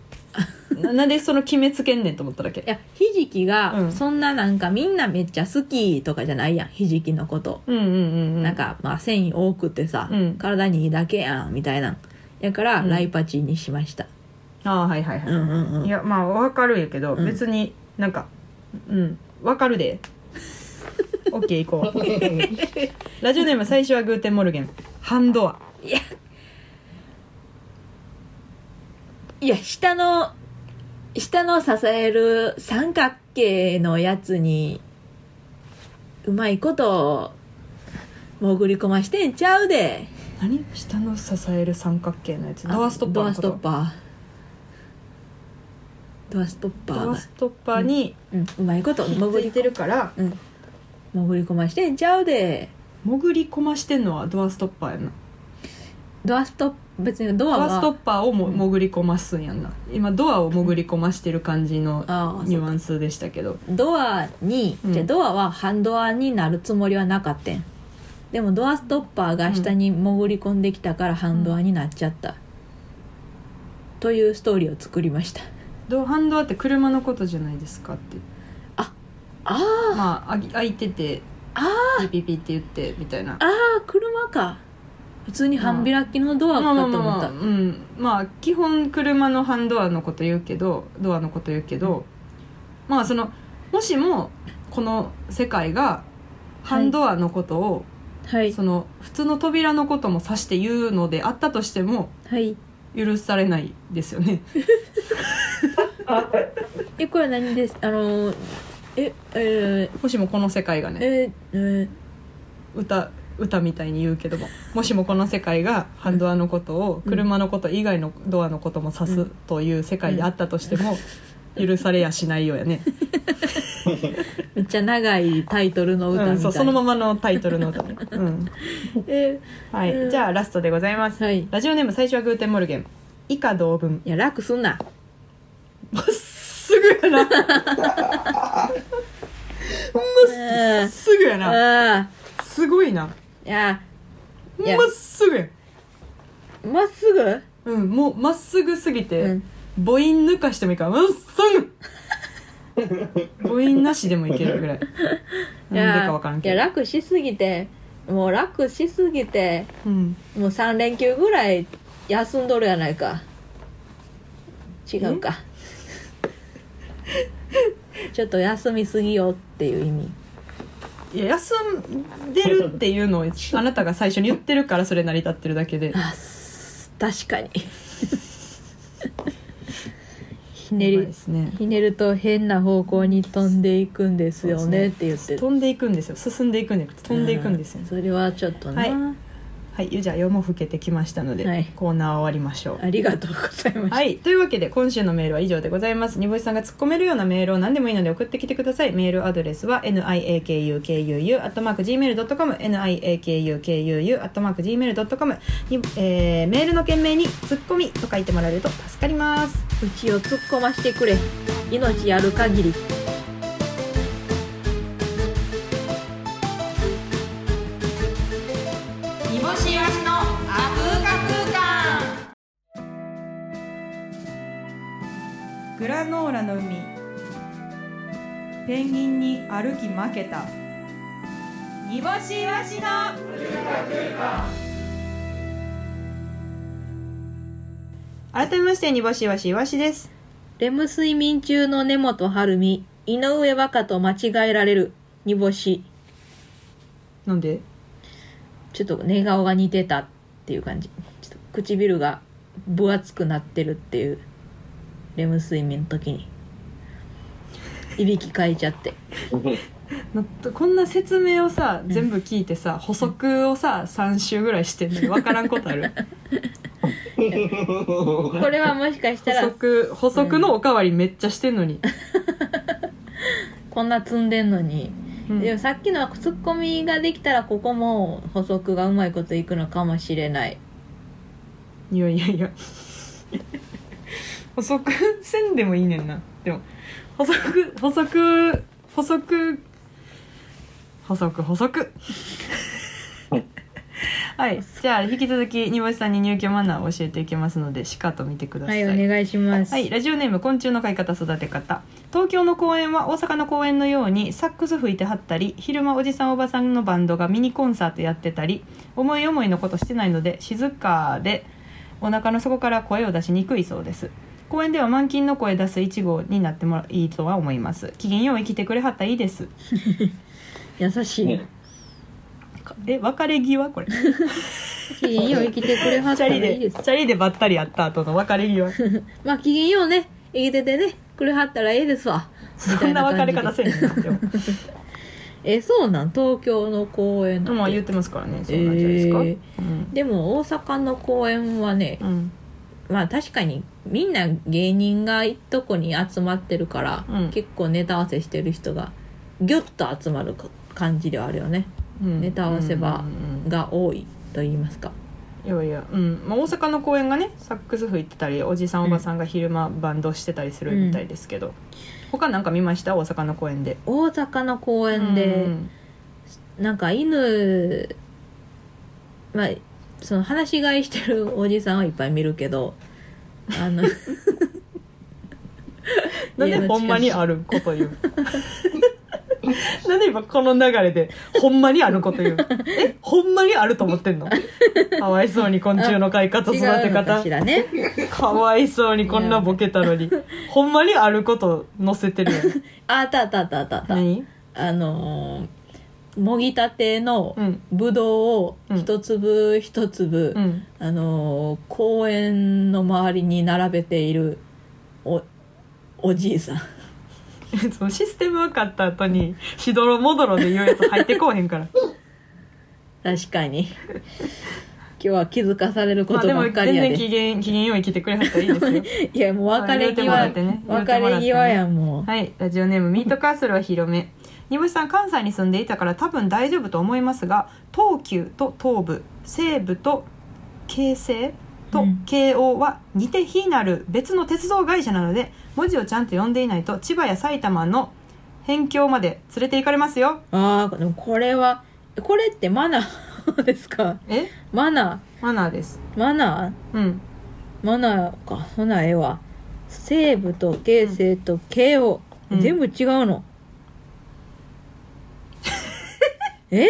[SPEAKER 1] ななんでその決めつけんねんと思っただけ
[SPEAKER 2] いやひじき
[SPEAKER 1] う
[SPEAKER 2] が
[SPEAKER 1] ん
[SPEAKER 2] そんななんかみんなめっちゃ好きとかじゃないやんひじきのこと、
[SPEAKER 1] うんうんうんうん
[SPEAKER 2] なんかまあ繊維多くてさ、
[SPEAKER 1] うん
[SPEAKER 2] 体にいいだけやんみたいなんやから
[SPEAKER 1] うん
[SPEAKER 2] ライパチにしました、
[SPEAKER 1] ああはいはいは
[SPEAKER 2] う
[SPEAKER 1] い、
[SPEAKER 2] ん、うんうん
[SPEAKER 1] いやまあわかるんやけど、
[SPEAKER 2] うん
[SPEAKER 1] 別になんかうんわかる でオッケー行こうラジオネーム最初はグーテンモルゲンハンドア
[SPEAKER 2] いや下の下の支える三角形のやつにうまいこと潜り込ましてんちゃうで
[SPEAKER 1] 何下の支える三角形のやつドアストッパー
[SPEAKER 2] ド
[SPEAKER 1] の
[SPEAKER 2] ア
[SPEAKER 1] こ
[SPEAKER 2] ス
[SPEAKER 1] と
[SPEAKER 2] トッパードアストッパー
[SPEAKER 1] ドア
[SPEAKER 2] が
[SPEAKER 1] ストッパーに
[SPEAKER 2] うんうまいこと
[SPEAKER 1] ひっつ
[SPEAKER 2] 潜
[SPEAKER 1] い
[SPEAKER 2] り,、
[SPEAKER 1] てるから
[SPEAKER 2] うん、潜り込ましてんちゃうで
[SPEAKER 1] 潜り込ましてんのはドアストッパーやんな
[SPEAKER 2] ドアストッ別にド
[SPEAKER 1] ド
[SPEAKER 2] ア
[SPEAKER 1] アス
[SPEAKER 2] は
[SPEAKER 1] トッパーをも
[SPEAKER 2] うん
[SPEAKER 1] 潜り込ますんやんな今ドアを潜り込ましてる感じの
[SPEAKER 2] ああ
[SPEAKER 1] ニュアンスでしたけど
[SPEAKER 2] ドアに、
[SPEAKER 1] うん
[SPEAKER 2] じゃあドアは半ドアになるつもりはなかったんでもドアストッパーが下に潜り込んできたから半ドアになっちゃった、というストーリーを作りました
[SPEAKER 1] ドハンドアって車のことじゃないですかって
[SPEAKER 2] あー
[SPEAKER 1] まああぎ開いてて
[SPEAKER 2] あ
[SPEAKER 1] ピピピって言ってみたいな
[SPEAKER 2] ああ車か普通に半開きのドア
[SPEAKER 1] まあ
[SPEAKER 2] か
[SPEAKER 1] ま
[SPEAKER 2] と
[SPEAKER 1] あまあまあ
[SPEAKER 2] 思った
[SPEAKER 1] うんまあ基本車のハンドアのこと言うけどドアのこと言うけど、まあそのもしもこの世界がハンドアのことを、
[SPEAKER 2] はい
[SPEAKER 1] その普通の扉のことも指して言うのであったとしても
[SPEAKER 2] はい
[SPEAKER 1] 許されないですよ ね
[SPEAKER 2] えこれは何ですあのーええ
[SPEAKER 1] もしもこの世界が
[SPEAKER 2] ー、
[SPEAKER 1] ね
[SPEAKER 2] えー、えー
[SPEAKER 1] 歌歌みたいに言うけどももしもこの世界がハンドアのことを車のこと以外のドアのことも指すという世界であったとしても許されやしないようやね、
[SPEAKER 2] めっちゃ長いタイトルの歌 みたいな、
[SPEAKER 1] うん、そうそのままのタイトルの歌ね、うん
[SPEAKER 2] え
[SPEAKER 1] は
[SPEAKER 2] う
[SPEAKER 1] い、
[SPEAKER 2] ん
[SPEAKER 1] じゃあラストでございます、
[SPEAKER 2] ーはい
[SPEAKER 1] ラジオネーム最初はグーテンモルゲン以下同文
[SPEAKER 2] いや楽すんな
[SPEAKER 1] まっ すぐやな
[SPEAKER 2] うん
[SPEAKER 1] すぐやな
[SPEAKER 2] あ
[SPEAKER 1] すごいな
[SPEAKER 2] あいやい
[SPEAKER 1] ま
[SPEAKER 2] や
[SPEAKER 1] っすぐやん
[SPEAKER 2] まっすぐ
[SPEAKER 1] うんもうまっすぐすぎて、
[SPEAKER 2] うん
[SPEAKER 1] 母音抜かしてもいいからまっす ぐ母音なしでもいけるぐらい
[SPEAKER 2] い
[SPEAKER 1] なん
[SPEAKER 2] や
[SPEAKER 1] でかわからん
[SPEAKER 2] い
[SPEAKER 1] け
[SPEAKER 2] や
[SPEAKER 1] ど
[SPEAKER 2] 楽しすぎてもう楽しすぎて
[SPEAKER 1] うん
[SPEAKER 2] もう3連休ぐらい休んどるやないか違うか ちょっと休みすぎよっていう意味
[SPEAKER 1] いや休んでるっていう のをあなたが最初に言ってるからそれ成り立ってるだけで
[SPEAKER 2] あす 確かにひね
[SPEAKER 1] うまい
[SPEAKER 2] り
[SPEAKER 1] ですね
[SPEAKER 2] ひねると変な方向に飛んでいくんですよねって言って
[SPEAKER 1] 飛んでいくんですよ進んでいくんじゃなくて飛んでいくんですよ
[SPEAKER 2] うそれはちょっとな、
[SPEAKER 1] はいはいじゃあ夜も更けてきましたので、
[SPEAKER 2] はい
[SPEAKER 1] コーナー終わりましょう
[SPEAKER 2] ありがとうございました
[SPEAKER 1] はい。というわけで、今週のメールは以上でございます。煮干しさんが突っ込めるようなメールを何でもいいので送ってきてください。メールアドレスは、niakukuu.gmail.com、niakukuu.gmail.com に、えー、メールの件名に、突っ込みと書いてもらえると助かります。
[SPEAKER 2] うちを突っ込ましてくれ命ある限り
[SPEAKER 4] 煮干しわしのあふうか空間
[SPEAKER 1] グラノーラの海ペンギンに歩き負けた
[SPEAKER 4] 煮干しわしの
[SPEAKER 1] 改めまして、煮干しわしわしです。
[SPEAKER 2] レム睡眠中の根本晴美井上和歌と間違えられる煮干し
[SPEAKER 1] なんで
[SPEAKER 2] ちょっと寝顔が似てたっていう感じちょっと唇が分厚くなってるっていうレム睡眠の時にいびきかいちゃって
[SPEAKER 1] なこんな説明をさ全部聞いてさ補足をさ3週ぐらいしてんのに分からんことある
[SPEAKER 2] これはもしかし
[SPEAKER 1] 補
[SPEAKER 2] たら
[SPEAKER 1] 足補足のおかわりめっちゃしてんのに、
[SPEAKER 2] こんな積んでんのに、
[SPEAKER 1] うん
[SPEAKER 2] でもさっきのはツッコミができたらここも補足がうまいこといくのかもしれない
[SPEAKER 1] いやいやいや 補足せんでもいいねんなでも補足補足補足補足補 足はいじゃあ引き続き煮干しさんに入居マナーを教えていきますのでしかと見てくだ
[SPEAKER 2] は
[SPEAKER 1] さ
[SPEAKER 2] いお願いします、
[SPEAKER 1] はい、ラジオネーム昆虫の飼い方育て方東京の公園は大阪の公園のようにサックス吹いてはったり昼間おじさんおばさんのバンドがミニコンサートやってたり思い思いのことしてないので静かでお腹の底から声を出しにくいそうです公園では満金の声出す一号になってもらいいとは思います機嫌よう生きてくれはったらいいです
[SPEAKER 2] 優しい。
[SPEAKER 1] かえ別れ際 これチ
[SPEAKER 2] 機嫌よう生きてくれはった
[SPEAKER 1] ャ
[SPEAKER 2] ら
[SPEAKER 1] リ
[SPEAKER 2] いい
[SPEAKER 1] で
[SPEAKER 2] で
[SPEAKER 1] チ
[SPEAKER 2] す。
[SPEAKER 1] ャリでばったり会った後の別れ 際
[SPEAKER 2] まあ、機嫌ようね、生きててね、くれはったらいいですわ。み
[SPEAKER 1] そ
[SPEAKER 2] たい
[SPEAKER 1] んな別れ
[SPEAKER 2] 感
[SPEAKER 1] 方
[SPEAKER 2] じ
[SPEAKER 1] せ
[SPEAKER 2] で
[SPEAKER 1] んねんなで も
[SPEAKER 2] え、そうなん東京の公園
[SPEAKER 1] まあ言ってますからねそうなんじゃないですか、
[SPEAKER 2] えー
[SPEAKER 1] うん
[SPEAKER 2] でも大阪の公園はね、
[SPEAKER 1] うん
[SPEAKER 2] まあ確かにみんな芸人が一とこに集まってるから、
[SPEAKER 1] うん
[SPEAKER 2] 結構ネタ合わせしてる人がギュッと集まるか感じではあるよね
[SPEAKER 1] うん
[SPEAKER 2] ネタ合わせば
[SPEAKER 1] うんうん
[SPEAKER 2] が多いと言いますか
[SPEAKER 1] うんいやいや、うんまあ、大阪の公園がねサックス吹いてたりおじさん
[SPEAKER 2] う
[SPEAKER 1] お
[SPEAKER 2] ん
[SPEAKER 1] ばさんが昼間バンドしてたりするみたいですけど、他なんか見ました大阪の公園で
[SPEAKER 2] 大阪の公園で
[SPEAKER 1] う、ん
[SPEAKER 2] なんか犬まあその話し飼いしてるおじさんはいっぱい見るけど あの
[SPEAKER 1] なんでほんまにあること言う なんで今この流れでほんまにあること言 うえほんまにあると思ってんのかわいそうに昆虫の飼い方育
[SPEAKER 2] 違う
[SPEAKER 1] て
[SPEAKER 2] のか
[SPEAKER 1] 方
[SPEAKER 2] しらね
[SPEAKER 1] かわいそうにこんなボケたのにほんまにあること載せてるやん
[SPEAKER 2] ああったあったあったあったあった
[SPEAKER 1] 何
[SPEAKER 2] あのーもぎたての
[SPEAKER 1] うん
[SPEAKER 2] ぶどうを一粒一粒、
[SPEAKER 1] うん
[SPEAKER 2] あのー公園の周りに並べているおおじいさん
[SPEAKER 1] そのシステム分かった後にしどろもどろで言うやつ入ってこうへん から
[SPEAKER 2] 確 かに今日は気づかされるこ
[SPEAKER 1] まあ
[SPEAKER 2] と
[SPEAKER 1] でも
[SPEAKER 2] ばっ
[SPEAKER 1] 全
[SPEAKER 2] かりや
[SPEAKER 1] 然
[SPEAKER 2] で、
[SPEAKER 1] 機嫌機嫌よい生きてくれはったらいいですよ
[SPEAKER 2] いやもう別れ
[SPEAKER 1] まあ言
[SPEAKER 2] 際、
[SPEAKER 1] うてもらってね
[SPEAKER 2] 別れ際やもう、
[SPEAKER 1] はいラジオネームミートカーソルは広め煮干しさん関西に住んでいたから多分大丈夫と思いますが東急と東部西部と京成と
[SPEAKER 2] うん
[SPEAKER 1] 慶応は似て非なる別の鉄道会社なので文字をちゃんと読んでいないと千葉や埼玉の辺境まで連れて行かれますよ
[SPEAKER 2] ああでもこれはこれってマナー ですか
[SPEAKER 1] え
[SPEAKER 2] マナ
[SPEAKER 1] マナーです
[SPEAKER 2] ーマナー
[SPEAKER 1] うん
[SPEAKER 2] マナーかそんなええわ西部と京成と慶応、
[SPEAKER 1] うん
[SPEAKER 2] 全部違う のえ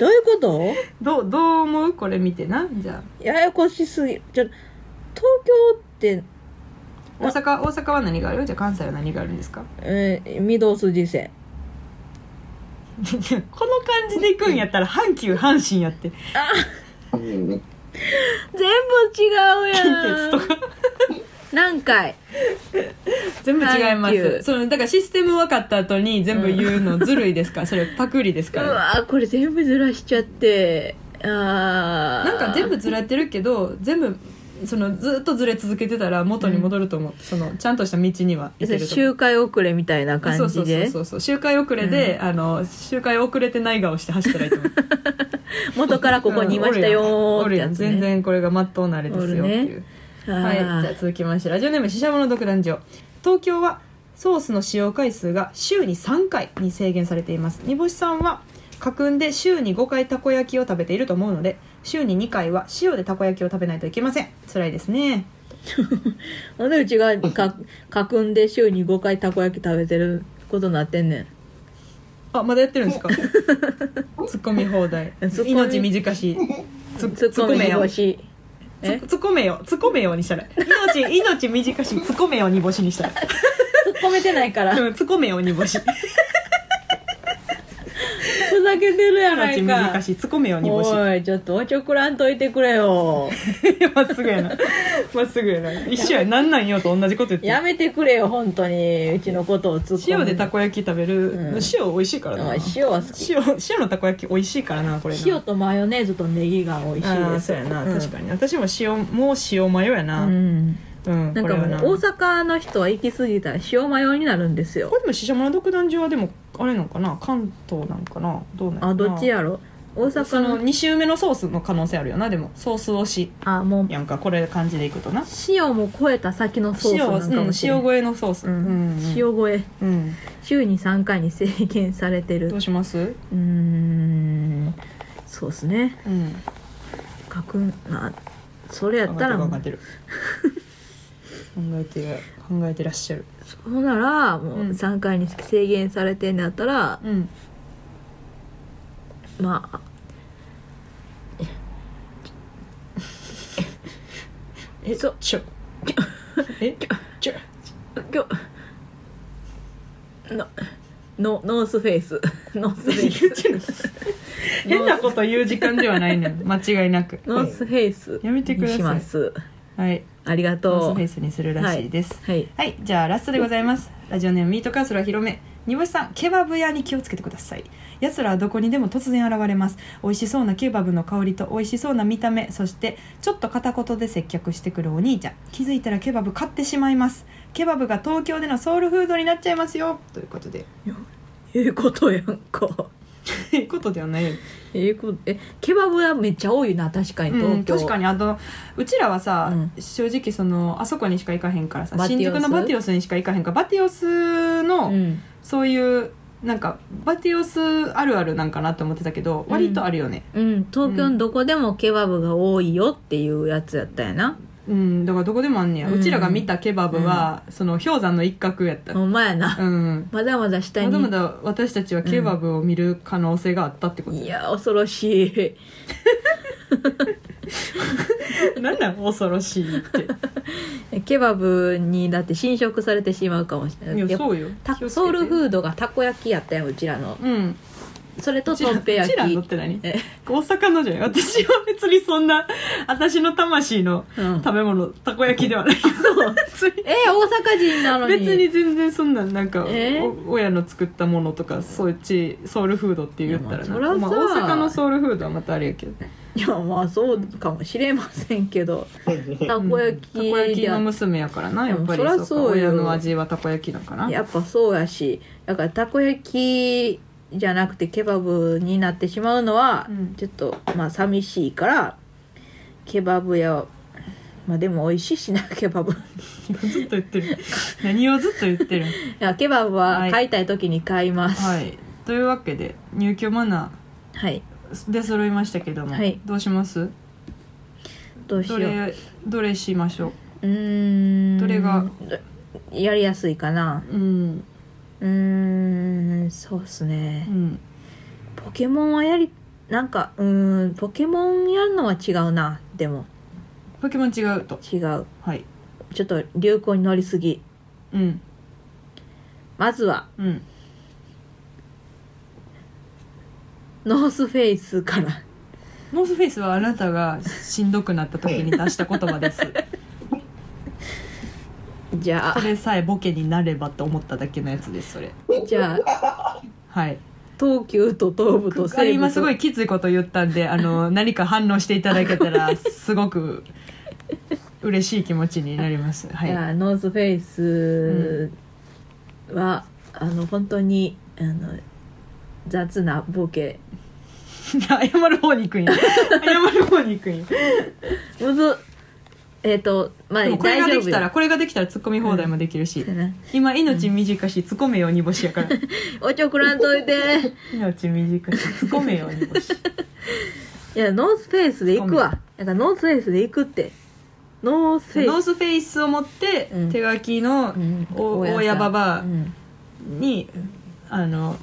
[SPEAKER 2] どういうこと
[SPEAKER 1] どうどう思うこれ見てなじゃ
[SPEAKER 2] ややこしすぎるちょ東京って、
[SPEAKER 1] あ大阪大阪は何があるじゃあ関西は何があるんですか
[SPEAKER 2] えー、御堂筋線
[SPEAKER 1] この感じで行くんやったら阪急阪神やって
[SPEAKER 2] 全部違うや
[SPEAKER 1] 近鉄と
[SPEAKER 2] ん
[SPEAKER 1] か
[SPEAKER 2] 何回
[SPEAKER 1] 全部違いま
[SPEAKER 2] 阪急
[SPEAKER 1] すそのだからシステム分かった後に全部言うのずるいですか、それパクリです
[SPEAKER 2] う
[SPEAKER 1] から、
[SPEAKER 2] わーこれ全部ずらしちゃってあー
[SPEAKER 1] なんか全部ずれてるけど全部そのずっとずれ続けてたら元に戻ると思う、そのちゃんとした道には行けると思う
[SPEAKER 2] 周回遅れみたいな感じで
[SPEAKER 1] そうそうそうそうそう周回遅れで、あの周回遅れてない顔して走ったらいいと思う
[SPEAKER 2] 元からここにいましたよ
[SPEAKER 1] お
[SPEAKER 2] ーっ
[SPEAKER 1] る
[SPEAKER 2] て
[SPEAKER 1] や
[SPEAKER 2] や
[SPEAKER 1] ん
[SPEAKER 2] つ、ね、
[SPEAKER 1] 全然これがまっとうなあれですよって
[SPEAKER 2] お
[SPEAKER 1] い
[SPEAKER 2] る
[SPEAKER 1] う、
[SPEAKER 2] ね
[SPEAKER 1] はい、じ
[SPEAKER 2] あ
[SPEAKER 1] ゃあ続きましてラジオネームししゃもの独壇場東京はソースの使用回数が週に3回に制限されています煮干しさんは家訓で週に5回たこ焼きを食べていると思うので週に2回は塩でたこ焼きを食べないといけません辛いですね
[SPEAKER 2] ーなんでうちがかかくんで週に5回たこ焼き食べてることになってんねん
[SPEAKER 1] あまだやってるん ですかツッコミ放題
[SPEAKER 2] ツッコミ
[SPEAKER 1] 命短し ツ
[SPEAKER 2] ツ
[SPEAKER 1] ッ
[SPEAKER 2] ッコ
[SPEAKER 1] コ
[SPEAKER 2] ミ
[SPEAKER 1] めよ
[SPEAKER 2] 欲しいえ
[SPEAKER 1] ツッコめよツッコめよにしたら命命短しツッコめよ煮干しにした ら
[SPEAKER 2] ツッコめてな いからふ
[SPEAKER 1] うんツッコめよ煮干し
[SPEAKER 2] ざけてるやな
[SPEAKER 1] 命
[SPEAKER 2] いか
[SPEAKER 1] 短しツッコめよ煮干し
[SPEAKER 2] おいちょっとおちょくらんといてくれよ
[SPEAKER 1] まっすぐやな。まっすぐやな。一緒や。なんなんよと同じこと言ってる
[SPEAKER 2] やめてくれよ本当にうちのことをツッコむ
[SPEAKER 1] 塩でたこ焼き食べる、
[SPEAKER 2] うん
[SPEAKER 1] 塩美味しいからな。
[SPEAKER 2] あ塩は好き
[SPEAKER 1] 塩、塩のたこ焼き美味しいからな、これな。
[SPEAKER 2] 塩とマヨネーズとネギが美味しい
[SPEAKER 1] あ
[SPEAKER 2] で
[SPEAKER 1] あ、
[SPEAKER 2] す
[SPEAKER 1] そうやな。
[SPEAKER 2] うん
[SPEAKER 1] 確かに。私も塩、もう塩マヨやな。
[SPEAKER 2] う
[SPEAKER 1] うん。
[SPEAKER 2] ん、なん
[SPEAKER 1] こ
[SPEAKER 2] か
[SPEAKER 1] れ
[SPEAKER 2] も
[SPEAKER 1] は
[SPEAKER 2] う
[SPEAKER 1] な。
[SPEAKER 2] 大阪の人は行き過ぎたら塩マヨになるんですよ
[SPEAKER 1] これでも、ししゃもの独壇場はでも、あれなんかな関東なんかなどうなんやろな
[SPEAKER 2] あどっちやろ大
[SPEAKER 1] そ
[SPEAKER 2] 阪
[SPEAKER 1] の
[SPEAKER 2] の
[SPEAKER 1] 2周目のソースの可能性あるよなでもソース推し
[SPEAKER 2] あもう
[SPEAKER 1] やんかこれ感じでいくとな
[SPEAKER 2] 塩も超えた先のソース
[SPEAKER 1] 塩
[SPEAKER 2] な
[SPEAKER 1] は、う
[SPEAKER 2] んか
[SPEAKER 1] ん、
[SPEAKER 2] も
[SPEAKER 1] 塩
[SPEAKER 2] しれない、
[SPEAKER 1] 越えのソース、
[SPEAKER 2] うん塩超え
[SPEAKER 1] うん、
[SPEAKER 2] 週に3回に制限されて
[SPEAKER 1] ど
[SPEAKER 2] る
[SPEAKER 1] うします、
[SPEAKER 2] うーんそうですね
[SPEAKER 1] うん
[SPEAKER 2] かくんあそれやったらも
[SPEAKER 1] 考
[SPEAKER 2] う
[SPEAKER 1] えてる考えてる考えて考えてらっしゃる
[SPEAKER 2] ほんならもう
[SPEAKER 1] うん
[SPEAKER 2] 3回に制限されてんのやったら、
[SPEAKER 1] うん
[SPEAKER 2] まあ
[SPEAKER 1] え
[SPEAKER 2] そう
[SPEAKER 1] ちょ え
[SPEAKER 2] ちょ今日ののノースフェ イスノースフェイス
[SPEAKER 1] 変なこと言う時間ではないね ん間違いなく
[SPEAKER 2] ノースフェイス
[SPEAKER 1] やめてくだ
[SPEAKER 2] に
[SPEAKER 1] さい
[SPEAKER 2] します
[SPEAKER 1] はい
[SPEAKER 2] ありがとう
[SPEAKER 1] ノースフェイスにするらしいです
[SPEAKER 2] はい
[SPEAKER 1] はい、じゃあラストでございますラジオネームミートカーソルは広め煮干しさんケバブ屋に気をつけてください奴らはどこにでも突然現れます美味しそうなケバブの香りと美味しそうな見た目そしてちょっと片言で接客してくるお兄ちゃん気づいたらケバブ買ってしまいますケバブが東京でのソウルフードになっちゃいますよということで
[SPEAKER 2] ええことやんか
[SPEAKER 1] ということではないよ
[SPEAKER 2] ええことえケバブはめっちゃ多いな確かに東京、
[SPEAKER 1] うん、確かにあのうちらはさ、
[SPEAKER 2] う
[SPEAKER 1] 正直そのあそこにしか行かへんからさ
[SPEAKER 2] バティオ
[SPEAKER 1] 新宿
[SPEAKER 2] ス
[SPEAKER 1] のバティオスにしか行かへんからバティオスの、
[SPEAKER 2] うん
[SPEAKER 1] そういうなんかバティオスあるあるなんかなと思ってたけど割とあるよね、
[SPEAKER 2] うん、東京のどこでもケバブが多いよっていうやつやったやな、
[SPEAKER 1] うんだからどこでもあんねや、
[SPEAKER 2] う
[SPEAKER 1] うんちらが見たケバブは、その氷山の一角やった
[SPEAKER 2] ほんまやな、
[SPEAKER 1] うん
[SPEAKER 2] まだまだ下
[SPEAKER 1] ま
[SPEAKER 2] に
[SPEAKER 1] だまだ私たちはケバブを見る可能性があったってこと、
[SPEAKER 2] いや恐ろしい
[SPEAKER 1] なんなん恐ろしいって
[SPEAKER 2] ケバブにだって侵食されてしまうかもしれない
[SPEAKER 1] いや
[SPEAKER 2] やっ
[SPEAKER 1] そうよ
[SPEAKER 2] ぱ
[SPEAKER 1] 気をつけて
[SPEAKER 2] ソウルフードがたこ焼きやったようちらの
[SPEAKER 1] うん
[SPEAKER 2] それと
[SPEAKER 1] うちら
[SPEAKER 2] とんぺ焼
[SPEAKER 1] うちらのっ
[SPEAKER 2] き
[SPEAKER 1] て何
[SPEAKER 2] え
[SPEAKER 1] 大阪のじゃない私は別にそんな私の魂の
[SPEAKER 2] うん
[SPEAKER 1] 食べ物、たこ焼きではないけど別に
[SPEAKER 2] え大阪人なのに
[SPEAKER 1] 別に全然そんなんなんか、
[SPEAKER 2] え
[SPEAKER 1] お親の作ったものとかそういうちソウルフードって言ったら
[SPEAKER 2] いや
[SPEAKER 1] な
[SPEAKER 2] まあそら
[SPEAKER 1] まあ
[SPEAKER 2] さ
[SPEAKER 1] 大阪のソウルフードはまたあれやけど
[SPEAKER 2] いやまあそうかもしれませんけどたこ焼き
[SPEAKER 1] たこ焼き
[SPEAKER 2] であ
[SPEAKER 1] の娘やからなやっぱり
[SPEAKER 2] でも
[SPEAKER 1] そう
[SPEAKER 2] そら
[SPEAKER 1] か
[SPEAKER 2] そうよ
[SPEAKER 1] 親の味はたこ焼きだから
[SPEAKER 2] やっぱそうやしだからたこ焼きじゃなくてケバブになってしまうのは
[SPEAKER 1] うん
[SPEAKER 2] ちょっと、まあ寂しいからケバブやまあでも美味しいしなケバブい
[SPEAKER 1] ずっと言ってる何をずっと言ってる
[SPEAKER 2] やケバブは
[SPEAKER 1] はい
[SPEAKER 2] 買いたい時に買います
[SPEAKER 1] は
[SPEAKER 2] はい、
[SPEAKER 1] いというわけで入居マナーで揃いましたけども、
[SPEAKER 2] はい
[SPEAKER 1] どうします
[SPEAKER 2] どうしよ
[SPEAKER 1] ど
[SPEAKER 2] う
[SPEAKER 1] れどれしましょ
[SPEAKER 2] うーん
[SPEAKER 1] どれが
[SPEAKER 2] やりやすいかな
[SPEAKER 1] ううん
[SPEAKER 2] うーんそうっすね
[SPEAKER 1] うん
[SPEAKER 2] ポケモンはやりなんかうーんポケモンやるのは違うなでも
[SPEAKER 1] ポケモン違うと
[SPEAKER 2] 違う
[SPEAKER 1] はい
[SPEAKER 2] ちょっと流行に乗りすぎ
[SPEAKER 1] うん
[SPEAKER 2] まずは
[SPEAKER 1] うん
[SPEAKER 2] ノースフェイスから
[SPEAKER 1] ノースフェイスはあなたがしんどくなった時に出した言葉です。
[SPEAKER 2] じゃ
[SPEAKER 1] そ
[SPEAKER 2] あ
[SPEAKER 1] れさえボケになればと思っただけのやつです。それ。
[SPEAKER 2] じゃあ
[SPEAKER 1] はい。
[SPEAKER 2] 東急と東部と
[SPEAKER 1] あ
[SPEAKER 2] 西
[SPEAKER 1] 今
[SPEAKER 2] 部
[SPEAKER 1] すご
[SPEAKER 2] と
[SPEAKER 1] いきついこと言ったんで、あ の何か反応していただけたらすごく嬉しい気持ちになります。は
[SPEAKER 2] じ
[SPEAKER 1] い。
[SPEAKER 2] ゃあノースフェイスは、あの本当にあの雑なボケ
[SPEAKER 1] 謝る方に行くん や。謝る方に行くんや。
[SPEAKER 2] むずっえっ、とまあ
[SPEAKER 1] でもこれ
[SPEAKER 2] 大
[SPEAKER 1] が
[SPEAKER 2] 丈
[SPEAKER 1] で
[SPEAKER 2] 夫
[SPEAKER 1] きたら
[SPEAKER 2] よ
[SPEAKER 1] これができたら突っ込み放題もできるし
[SPEAKER 2] そう。やな
[SPEAKER 1] 今命短し突っ込めよ煮干しやから。
[SPEAKER 2] おちょくらんと いて
[SPEAKER 1] 命短し突っ込めよ煮干し。
[SPEAKER 2] いやノースフェイスで行くわだからノースフェイスで行くってノースフ
[SPEAKER 1] ノー
[SPEAKER 2] ェイス
[SPEAKER 1] スフェイスを持って
[SPEAKER 2] うん
[SPEAKER 1] 手書きの
[SPEAKER 2] うん
[SPEAKER 1] お
[SPEAKER 2] 大家さん
[SPEAKER 1] 大家ババア
[SPEAKER 2] うん
[SPEAKER 1] にあの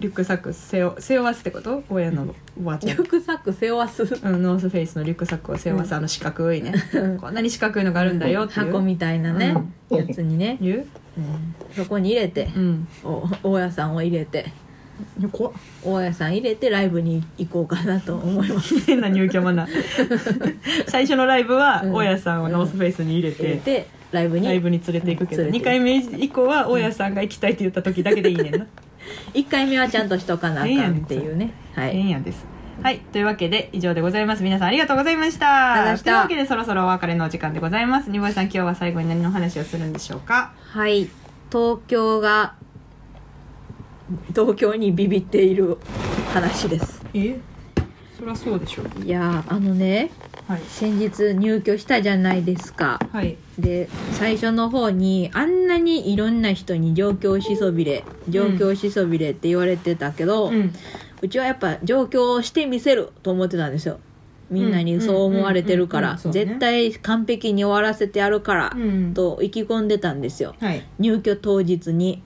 [SPEAKER 1] リュックサック背負背負わすってこと親のおばあち
[SPEAKER 2] リ
[SPEAKER 1] ゃ
[SPEAKER 2] ュ
[SPEAKER 1] ん
[SPEAKER 2] ックサック背負わす
[SPEAKER 1] うんノースフェイスのリュックサックを背負わす、あの四角いねこんなに四角いのがあるんだよっていう
[SPEAKER 2] 箱みたいなね、やつにね、
[SPEAKER 1] 言う
[SPEAKER 2] うんそこに入れて、
[SPEAKER 1] うん
[SPEAKER 2] お大家さんを入れて
[SPEAKER 1] 怖っ
[SPEAKER 2] 大家さん入れてライブに行こうかなと思います
[SPEAKER 1] 変な入居マ ナー最初のライブは
[SPEAKER 2] うん
[SPEAKER 1] 大家さんをノースフェイスに入れ
[SPEAKER 2] 入れ
[SPEAKER 1] て、
[SPEAKER 2] てライブ
[SPEAKER 1] ライブ
[SPEAKER 2] に
[SPEAKER 1] に連れていくけど
[SPEAKER 2] 連れて
[SPEAKER 1] 2
[SPEAKER 2] いく
[SPEAKER 1] 回目以降は大家さんが行きたいって言った時だけでいいねんな
[SPEAKER 2] 1回目はちゃんとしとかなあかんっていうねは
[SPEAKER 1] ええ
[SPEAKER 2] い
[SPEAKER 1] んやんです。はい。というわけで、以上でございます。皆さんありがとうございました。
[SPEAKER 2] ありがとうございました
[SPEAKER 1] というわけで、そろそろお別れのお時間でございます。にぼいさん、今日は最後に何の話をするんでしょうか
[SPEAKER 2] はい東京が東京にビビっている話です
[SPEAKER 1] えそりゃそうでしょう。
[SPEAKER 2] いやーあのね
[SPEAKER 1] はい。
[SPEAKER 2] 先日入居したじゃないですか
[SPEAKER 1] はい。
[SPEAKER 2] で最初の方にあんなにいろんな人に状況しそびれ状況しそびれって言われてたけど、う
[SPEAKER 1] うん。
[SPEAKER 2] ちはやっぱ上京してみせると思ってたんですよみんな
[SPEAKER 1] うん
[SPEAKER 2] にそう思われてるか
[SPEAKER 1] うんう
[SPEAKER 2] ら
[SPEAKER 1] んうんうんそうね
[SPEAKER 2] 絶対完璧に終わらせてやるから、
[SPEAKER 1] うん。
[SPEAKER 2] と意気込んでたんですよ
[SPEAKER 1] はい。
[SPEAKER 2] 入居当日に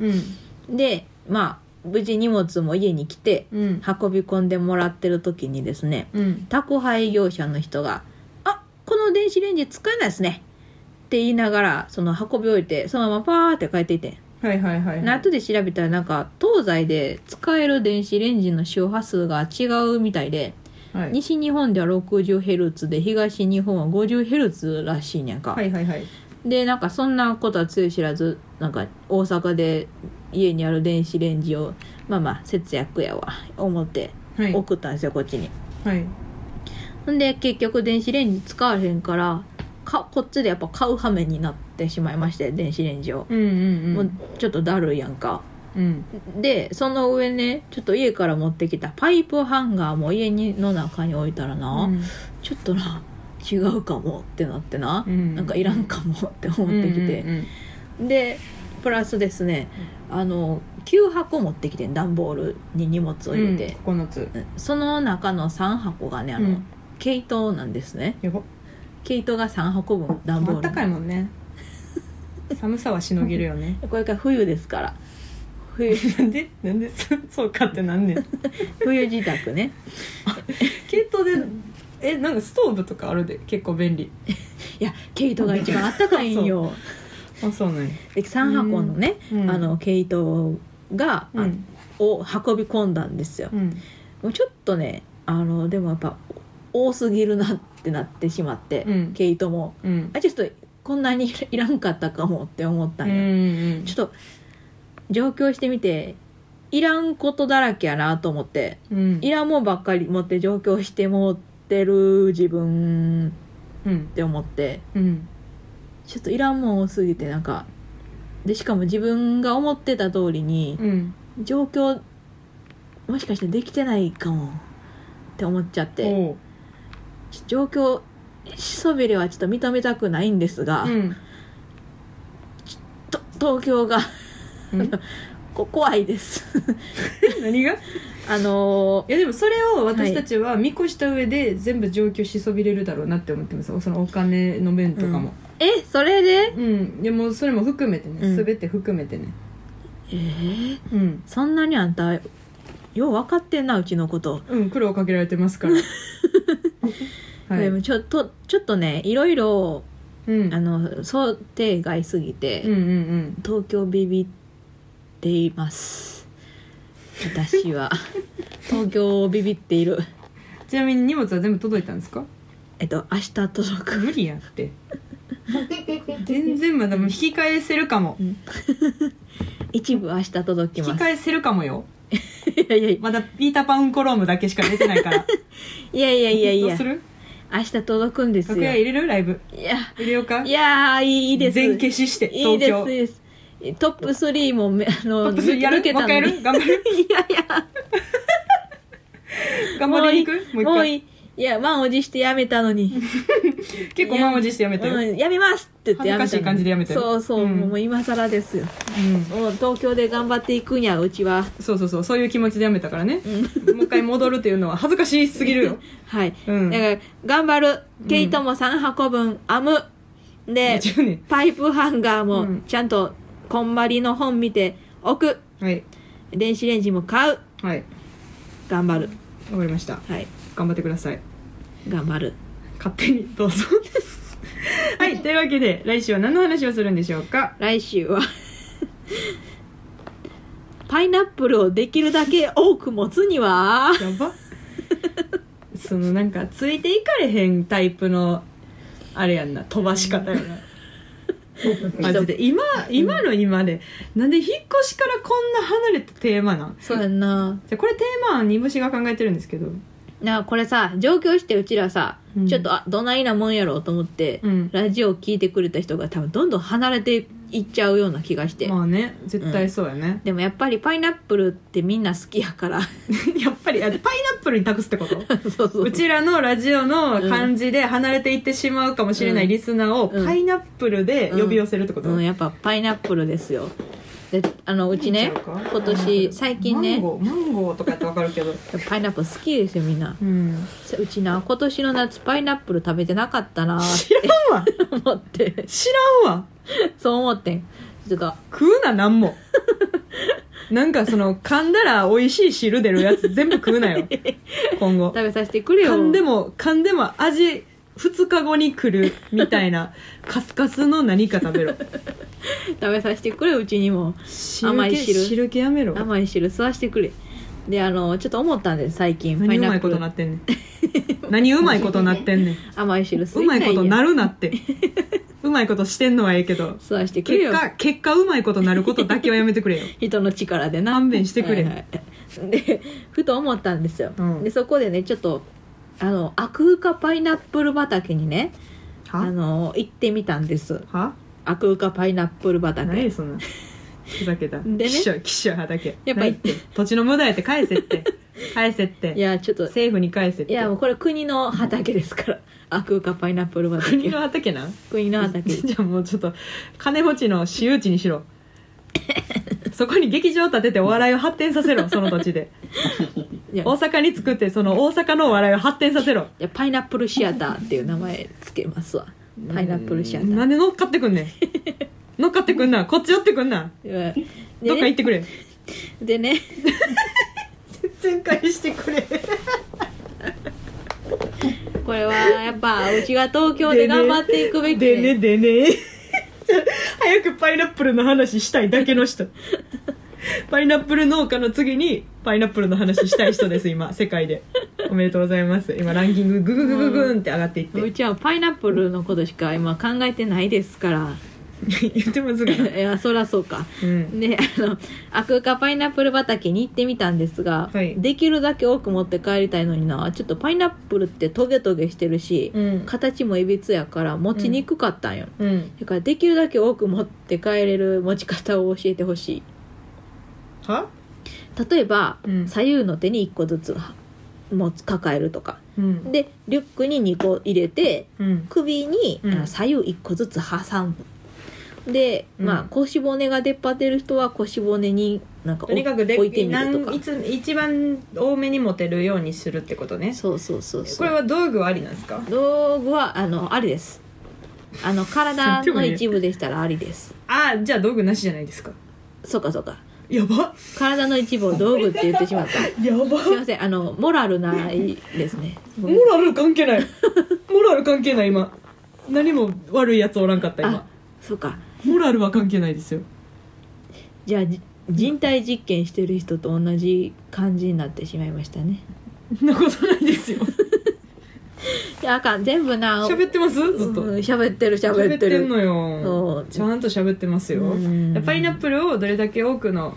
[SPEAKER 1] うん。
[SPEAKER 2] でまあ無事荷物も家に来て
[SPEAKER 1] うん。
[SPEAKER 2] 運び込んでもらってる時にですね
[SPEAKER 1] うん。
[SPEAKER 2] 宅配業者の人が「あこの電子レンジ使えないですねって言いながらその運び置いてそのままパーって帰っていってん
[SPEAKER 1] はいはいはい
[SPEAKER 2] で後で調べたらなんか東西で使える電子レンジの周波数が違うみたいで
[SPEAKER 1] はい
[SPEAKER 2] 西日本では 60Hz で東日本は 50Hz らしいねんか、
[SPEAKER 1] はいはいはい
[SPEAKER 2] でなんかそんなことはつゆ知らずなんか大阪で家にある電子レンジをまあまあ節約やわ思って
[SPEAKER 1] はい
[SPEAKER 2] 送ったんですよ、こっちに
[SPEAKER 1] はい
[SPEAKER 2] ほんで結局電子レンジ使わへんからかこっちでやっぱ買う羽目になってしまいまして電子レンジを、
[SPEAKER 1] うんうん
[SPEAKER 2] も
[SPEAKER 1] う
[SPEAKER 2] うんちょっとだるいやんか
[SPEAKER 1] うん
[SPEAKER 2] でその上ねちょっと家から持ってきたパイプハンガーも家にの中に置いたらな、
[SPEAKER 1] うん
[SPEAKER 2] ちょっとな違うかもってなってな、
[SPEAKER 1] うん
[SPEAKER 2] なんかいらんかもって思ってきて、
[SPEAKER 1] うんうん
[SPEAKER 2] でプラスですねあの9箱持ってきてん段ボールに荷物を
[SPEAKER 1] うん
[SPEAKER 2] 入れて、
[SPEAKER 1] うん、9つ
[SPEAKER 2] その中の3箱がねあの、
[SPEAKER 1] うん
[SPEAKER 2] 毛糸なんですね
[SPEAKER 1] やば
[SPEAKER 2] 毛糸が3箱分段ボ
[SPEAKER 1] あ
[SPEAKER 2] ー
[SPEAKER 1] った
[SPEAKER 2] ル
[SPEAKER 1] かいもん ね寒さはしのげるよね
[SPEAKER 2] これから冬ですから冬
[SPEAKER 1] なんでなんで そそうかってなんねん
[SPEAKER 2] 冬自宅ね
[SPEAKER 1] 系統でえなんかストーブとかあるで結構便利
[SPEAKER 2] いや毛糸が一番あったかいん よ
[SPEAKER 1] あそうなんや、
[SPEAKER 2] で3箱のね、
[SPEAKER 1] うん
[SPEAKER 2] あの毛糸が、あ
[SPEAKER 1] うん
[SPEAKER 2] を運び込んだんですよ
[SPEAKER 1] うん
[SPEAKER 2] もうちょっとねあのでもやっぱ多すぎるなってなってしまって、
[SPEAKER 1] うん
[SPEAKER 2] 毛糸も
[SPEAKER 1] うん
[SPEAKER 2] あちょっとこんなにいらいらんかったかもって思った
[SPEAKER 1] うんん
[SPEAKER 2] よ、
[SPEAKER 1] うん
[SPEAKER 2] ちょっと上京してみていらんことだらけやなと思って
[SPEAKER 1] うん
[SPEAKER 2] いらんもんばっかり持って上京してもってる自分
[SPEAKER 1] うん
[SPEAKER 2] って思って
[SPEAKER 1] うん
[SPEAKER 2] ちょっといらんもん多すぎてなんかでしかも自分が思ってた通りに
[SPEAKER 1] うん
[SPEAKER 2] 上京もしかしてできてないかもって思っちゃって
[SPEAKER 1] おう
[SPEAKER 2] ちょ上京しそびれはちょっと認めたくないんですが、
[SPEAKER 1] うん
[SPEAKER 2] と東京が
[SPEAKER 1] うん
[SPEAKER 2] こ怖いです
[SPEAKER 1] 何がい
[SPEAKER 2] あのー
[SPEAKER 1] やでもそれを私たちは見越した上で全部上級しそびれるだろうなって思ってますそのお金の面とかも
[SPEAKER 2] えそれで
[SPEAKER 1] うん、でもそれも含めてね、
[SPEAKER 2] うん
[SPEAKER 1] 全て含めてね
[SPEAKER 2] えー、
[SPEAKER 1] うん
[SPEAKER 2] そんなにあんたよう分かってんなうちのこと、
[SPEAKER 1] うん苦労かけられてます からは
[SPEAKER 2] で
[SPEAKER 1] い、
[SPEAKER 2] もちょっとちょっとねいろいろ
[SPEAKER 1] うん
[SPEAKER 2] あの想定外すぎて、
[SPEAKER 1] うんうん
[SPEAKER 2] 東京ビビっています私 は東京をビビってい
[SPEAKER 1] う
[SPEAKER 2] る
[SPEAKER 1] んちなみに荷物は全部届いたんですか
[SPEAKER 2] えっと明日届く
[SPEAKER 1] 無理やって全然まだもう引き返せるかも
[SPEAKER 2] 一部明日届き
[SPEAKER 1] 引き
[SPEAKER 2] ます
[SPEAKER 1] 返せるかもよ
[SPEAKER 2] いやいやい
[SPEAKER 1] まだピーターパンコロームだけしか出てないから
[SPEAKER 2] やいやいやい
[SPEAKER 1] どう
[SPEAKER 2] や
[SPEAKER 1] する
[SPEAKER 2] 明日届くんですよ
[SPEAKER 1] 楽屋入れるライブ
[SPEAKER 2] いや
[SPEAKER 1] 入れようか
[SPEAKER 2] いやーいいです
[SPEAKER 1] 全消しして
[SPEAKER 2] いい
[SPEAKER 1] 東
[SPEAKER 2] で
[SPEAKER 1] 京
[SPEAKER 2] すいいですトップ3もめあ
[SPEAKER 1] ト
[SPEAKER 2] の
[SPEAKER 1] ップスやる
[SPEAKER 2] 抜け
[SPEAKER 1] もう
[SPEAKER 2] た
[SPEAKER 1] 一回
[SPEAKER 2] の
[SPEAKER 1] や
[SPEAKER 2] で
[SPEAKER 1] る頑張 る
[SPEAKER 2] いやいや
[SPEAKER 1] 頑張りに行くもう一
[SPEAKER 2] もう
[SPEAKER 1] 回
[SPEAKER 2] いいいや満を持してやめたのに
[SPEAKER 1] 結構満を持してやめたよ、
[SPEAKER 2] うん、やめますって言ってやめた
[SPEAKER 1] 恥ずか
[SPEAKER 2] のに
[SPEAKER 1] しい感じでやめたよ
[SPEAKER 2] そうそう、
[SPEAKER 1] うん
[SPEAKER 2] もう今更ですよ
[SPEAKER 1] うん
[SPEAKER 2] もう東京で頑張っていくんやうちは
[SPEAKER 1] そうそうそうそういう気持ちでやめたからね、もう一回戻るというのは恥ずかしすぎるよ
[SPEAKER 2] はい、
[SPEAKER 1] うん
[SPEAKER 2] だから頑張る毛糸も3箱分編む、で
[SPEAKER 1] 一応ね
[SPEAKER 2] パイプハンガー
[SPEAKER 1] う
[SPEAKER 2] も
[SPEAKER 1] ん
[SPEAKER 2] ちゃんとこんまりの本見て置く
[SPEAKER 1] はい
[SPEAKER 2] 電子レンジも買う
[SPEAKER 1] はい
[SPEAKER 2] 頑張る
[SPEAKER 1] わかりました
[SPEAKER 2] はい
[SPEAKER 1] 頑張ってください
[SPEAKER 2] 頑張る
[SPEAKER 1] 勝手にどうぞはいというわけで来週は何の話をするんでしょうか
[SPEAKER 2] 来週はパイナップルをできるだけ多く持つには
[SPEAKER 1] やばそのなんかついていかれへんタイプのあれやんな飛ばし方やなマジで今今の今でなんで引っ越しからこんな離れたテーマなん
[SPEAKER 2] そうやんな
[SPEAKER 1] じゃあこれテーマは煮干しが考えてるんですけど
[SPEAKER 2] なこれさ上京してうちらさ、
[SPEAKER 1] うん
[SPEAKER 2] ちょっとあどないなもんやろうと思って、
[SPEAKER 1] うん
[SPEAKER 2] ラジオを聞いてくれた人が多分どんどん離れていっちゃうような気がして、
[SPEAKER 1] まあね絶対そうや ね、
[SPEAKER 2] でもやっぱりパイナップルってみんな好きや から
[SPEAKER 1] やっぱりあパイナップルに託すってこと
[SPEAKER 2] そうそう
[SPEAKER 1] うちらのラジオの感じで離れていってしまうかもしれないリスナーを
[SPEAKER 2] うん
[SPEAKER 1] パイナップルで呼び寄せるってこと、
[SPEAKER 2] うん、やっぱパイナップルですよであのうちね今年最近
[SPEAKER 1] マン
[SPEAKER 2] ね
[SPEAKER 1] ゴーマンゴーとかやってわかるけど
[SPEAKER 2] パイナップル好きですよみんな
[SPEAKER 1] うん
[SPEAKER 2] うちな今年の夏パイナップル食べてなかったなって
[SPEAKER 1] 知らんわ
[SPEAKER 2] 思って
[SPEAKER 1] 知らんわ
[SPEAKER 2] そう思ってんちょっと
[SPEAKER 1] 食うななん もなんかその噛んだら美味しい汁出るやつ全部食うなよ今後
[SPEAKER 2] 食べさせてくれよ
[SPEAKER 1] 噛んでも噛んでも味2日後に来るみたいなカスカスの何か食べろ
[SPEAKER 2] 食べさせてくれうちにも
[SPEAKER 1] 汁
[SPEAKER 2] 甘い
[SPEAKER 1] 気
[SPEAKER 2] 汁
[SPEAKER 1] 汁気やめろ
[SPEAKER 2] 甘い汁吸わしてくれであのちょっと思ったんです最近
[SPEAKER 1] 何うまいことなってんねん何うまいことなってんねん
[SPEAKER 2] 甘い汁吸
[SPEAKER 1] う
[SPEAKER 2] いた
[SPEAKER 1] ま
[SPEAKER 2] い
[SPEAKER 1] い
[SPEAKER 2] ねん
[SPEAKER 1] ことなるなってうまいことしてんのはええけど
[SPEAKER 2] 吸わしてくれ
[SPEAKER 1] 結
[SPEAKER 2] よ
[SPEAKER 1] 果結果うまいことなることだけはやめてくれよ
[SPEAKER 2] 人の力でな
[SPEAKER 1] 勘弁してくれ、
[SPEAKER 2] はいはいで ふと思ったんですよ、
[SPEAKER 1] うん
[SPEAKER 2] でそこでねちょっとあのアクーカパイナップル畑にねあ
[SPEAKER 1] は
[SPEAKER 2] の行ってみたんです
[SPEAKER 1] は
[SPEAKER 2] アクーカパイナップル畑
[SPEAKER 1] 何そんなふざけた
[SPEAKER 2] でね
[SPEAKER 1] きっしょきっしょ畑
[SPEAKER 2] やっぱ
[SPEAKER 1] 何言って土地の無駄やって返せって返せっ
[SPEAKER 2] い
[SPEAKER 1] て
[SPEAKER 2] やちょっと
[SPEAKER 1] 政府に返せっ
[SPEAKER 2] い
[SPEAKER 1] て
[SPEAKER 2] やもうこれ国の畑です からアクーカパイナップル畑
[SPEAKER 1] 国の畑なん
[SPEAKER 2] 国の 畑
[SPEAKER 1] じゃあもうちょっと金持ちの私有地に しろそこに劇場建ててお笑いを発展させろその土地で
[SPEAKER 2] いや
[SPEAKER 1] 大阪に作ってその大阪のお笑いを発展させろ
[SPEAKER 2] いやパイナップルシアターっていう名前つけますわパイナップルシアター
[SPEAKER 1] なんで乗っかってくんね ん乗っかってくんなこっち寄ってくんない
[SPEAKER 2] や
[SPEAKER 1] どっか
[SPEAKER 2] で
[SPEAKER 1] 行っ
[SPEAKER 2] ね
[SPEAKER 1] てくれ
[SPEAKER 2] でね
[SPEAKER 1] 全開してくれ
[SPEAKER 2] これはやっぱうちが東京で頑張っていくべき
[SPEAKER 1] でねでね 早くパイナップルの話したいだけの人パイナップル農家の次にパイナップルの話したい人です今世界でおめでとうございます今ランキンググググググンって上がっていって
[SPEAKER 2] うちはパイナップルのことしか今考えてないですから
[SPEAKER 1] 言ってますが、
[SPEAKER 2] いやそりゃそうか
[SPEAKER 1] うん、
[SPEAKER 2] であのアクーカパイナップル畑に行ってみたんですが、
[SPEAKER 1] はい
[SPEAKER 2] できるだけ多く持って帰りたいのになちょっとパイナップルってトゲトゲしてるし、
[SPEAKER 1] うん
[SPEAKER 2] 形もいびつやから持ちにくかったんよ、
[SPEAKER 1] うん
[SPEAKER 2] だからできるだけ多く持って帰れる持ち方を教えてほしい
[SPEAKER 1] は
[SPEAKER 2] 例えば、
[SPEAKER 1] うん
[SPEAKER 2] 左右の手に1個ずつ持つ抱えるとか
[SPEAKER 1] うん
[SPEAKER 2] でリュックに2個入れて
[SPEAKER 1] うん
[SPEAKER 2] 首に、
[SPEAKER 1] うん
[SPEAKER 2] あの左右1個ずつ挟むで、
[SPEAKER 1] うん
[SPEAKER 2] まあ腰骨が出っ張ってる人は腰骨になんか
[SPEAKER 1] とにかくで
[SPEAKER 2] 置いてみる
[SPEAKER 1] な
[SPEAKER 2] と
[SPEAKER 1] ん
[SPEAKER 2] か
[SPEAKER 1] いつ一番多めに持てるようにするってことね
[SPEAKER 2] そうそうそう
[SPEAKER 1] こ
[SPEAKER 2] そ
[SPEAKER 1] れ
[SPEAKER 2] う
[SPEAKER 1] は道具はありなんですか
[SPEAKER 2] 道具はあのありですあ の体の一部でしたらありです
[SPEAKER 1] ああじゃあ道具なしじゃないですか
[SPEAKER 2] そうかそうか
[SPEAKER 1] やば
[SPEAKER 2] 体の一部を道具って言ってしま ったす
[SPEAKER 1] やば
[SPEAKER 2] いませんあのモラルないですね
[SPEAKER 1] モラル関係 ないモラル関係ない今何も悪いやつおらんかった
[SPEAKER 2] あ
[SPEAKER 1] 今
[SPEAKER 2] そうか
[SPEAKER 1] モラルは関係ないですよ
[SPEAKER 2] じゃあじ人体実験してる人と同じ感じになってしまいましたね
[SPEAKER 1] そんなことないですよ
[SPEAKER 2] いやあかん全部な
[SPEAKER 1] 喋ってますずっと
[SPEAKER 2] うん喋ってる喋ってる
[SPEAKER 1] んの
[SPEAKER 2] そ
[SPEAKER 1] よ
[SPEAKER 2] う
[SPEAKER 1] ちゃんと喋ってますよ
[SPEAKER 2] うん
[SPEAKER 1] パイナップルをどれだけ多くの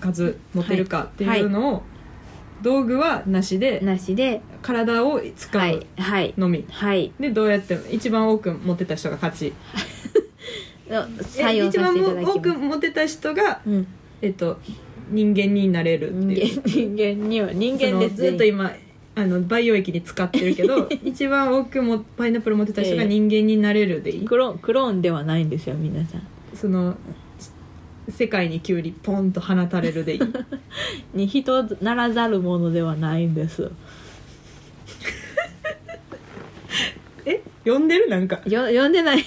[SPEAKER 1] 数持てるかっていうのを、道具はなしで
[SPEAKER 2] なしで
[SPEAKER 1] 体を使
[SPEAKER 2] は
[SPEAKER 1] う
[SPEAKER 2] いはい
[SPEAKER 1] のみ、
[SPEAKER 2] はい
[SPEAKER 1] でどうやって一番多く持ってた人が勝ち
[SPEAKER 2] の採用
[SPEAKER 1] 一
[SPEAKER 2] さ
[SPEAKER 1] 番
[SPEAKER 2] せていただきま
[SPEAKER 1] 多
[SPEAKER 2] す
[SPEAKER 1] く持てた人が、
[SPEAKER 2] うん、
[SPEAKER 1] えっと、人間になれるっていう
[SPEAKER 2] 人間人間には人
[SPEAKER 1] そ
[SPEAKER 2] 間
[SPEAKER 1] の
[SPEAKER 2] です
[SPEAKER 1] ずっと今あの培養液に使ってるけ ど一番多くもパイナップル持ってた人が
[SPEAKER 2] ええ
[SPEAKER 1] 人間になれるでいい、
[SPEAKER 2] クローンクローンではないんですよ皆さん
[SPEAKER 1] その世界にキュウリポンと放たれ るでいい
[SPEAKER 2] に人ならざるものではないんです
[SPEAKER 1] え呼んでるなんか
[SPEAKER 2] よ読んでない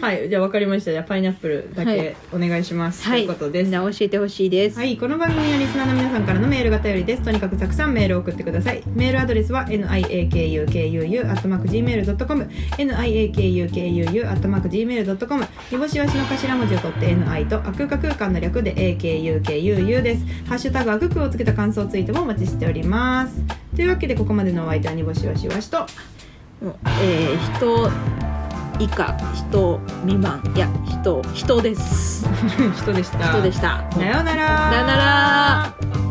[SPEAKER 1] はいじゃあ分かりましたじゃあパイナップルだけお願いします、
[SPEAKER 2] はい
[SPEAKER 1] ということ
[SPEAKER 2] み
[SPEAKER 1] で
[SPEAKER 2] ん
[SPEAKER 1] す
[SPEAKER 2] な教えてほしいです、
[SPEAKER 1] はい、この番組はリスナーの皆さんからのメールが頼りです。とにかくたくさんメールを送ってください。メールアドレスは niakukuu.gmail.com niakukuu.gmail.com 煮干しわしの頭文字を取って ni とあくか空間の略で akukuu です。ハッシュタグあくくをつけた感想ツイートもお待ちしております。というわけでここまでのお相手は煮干しわしわしと
[SPEAKER 2] うんえー、人以下人未満いや人人です
[SPEAKER 1] 人でした。
[SPEAKER 2] 人でした
[SPEAKER 1] さようなら。
[SPEAKER 2] さよなら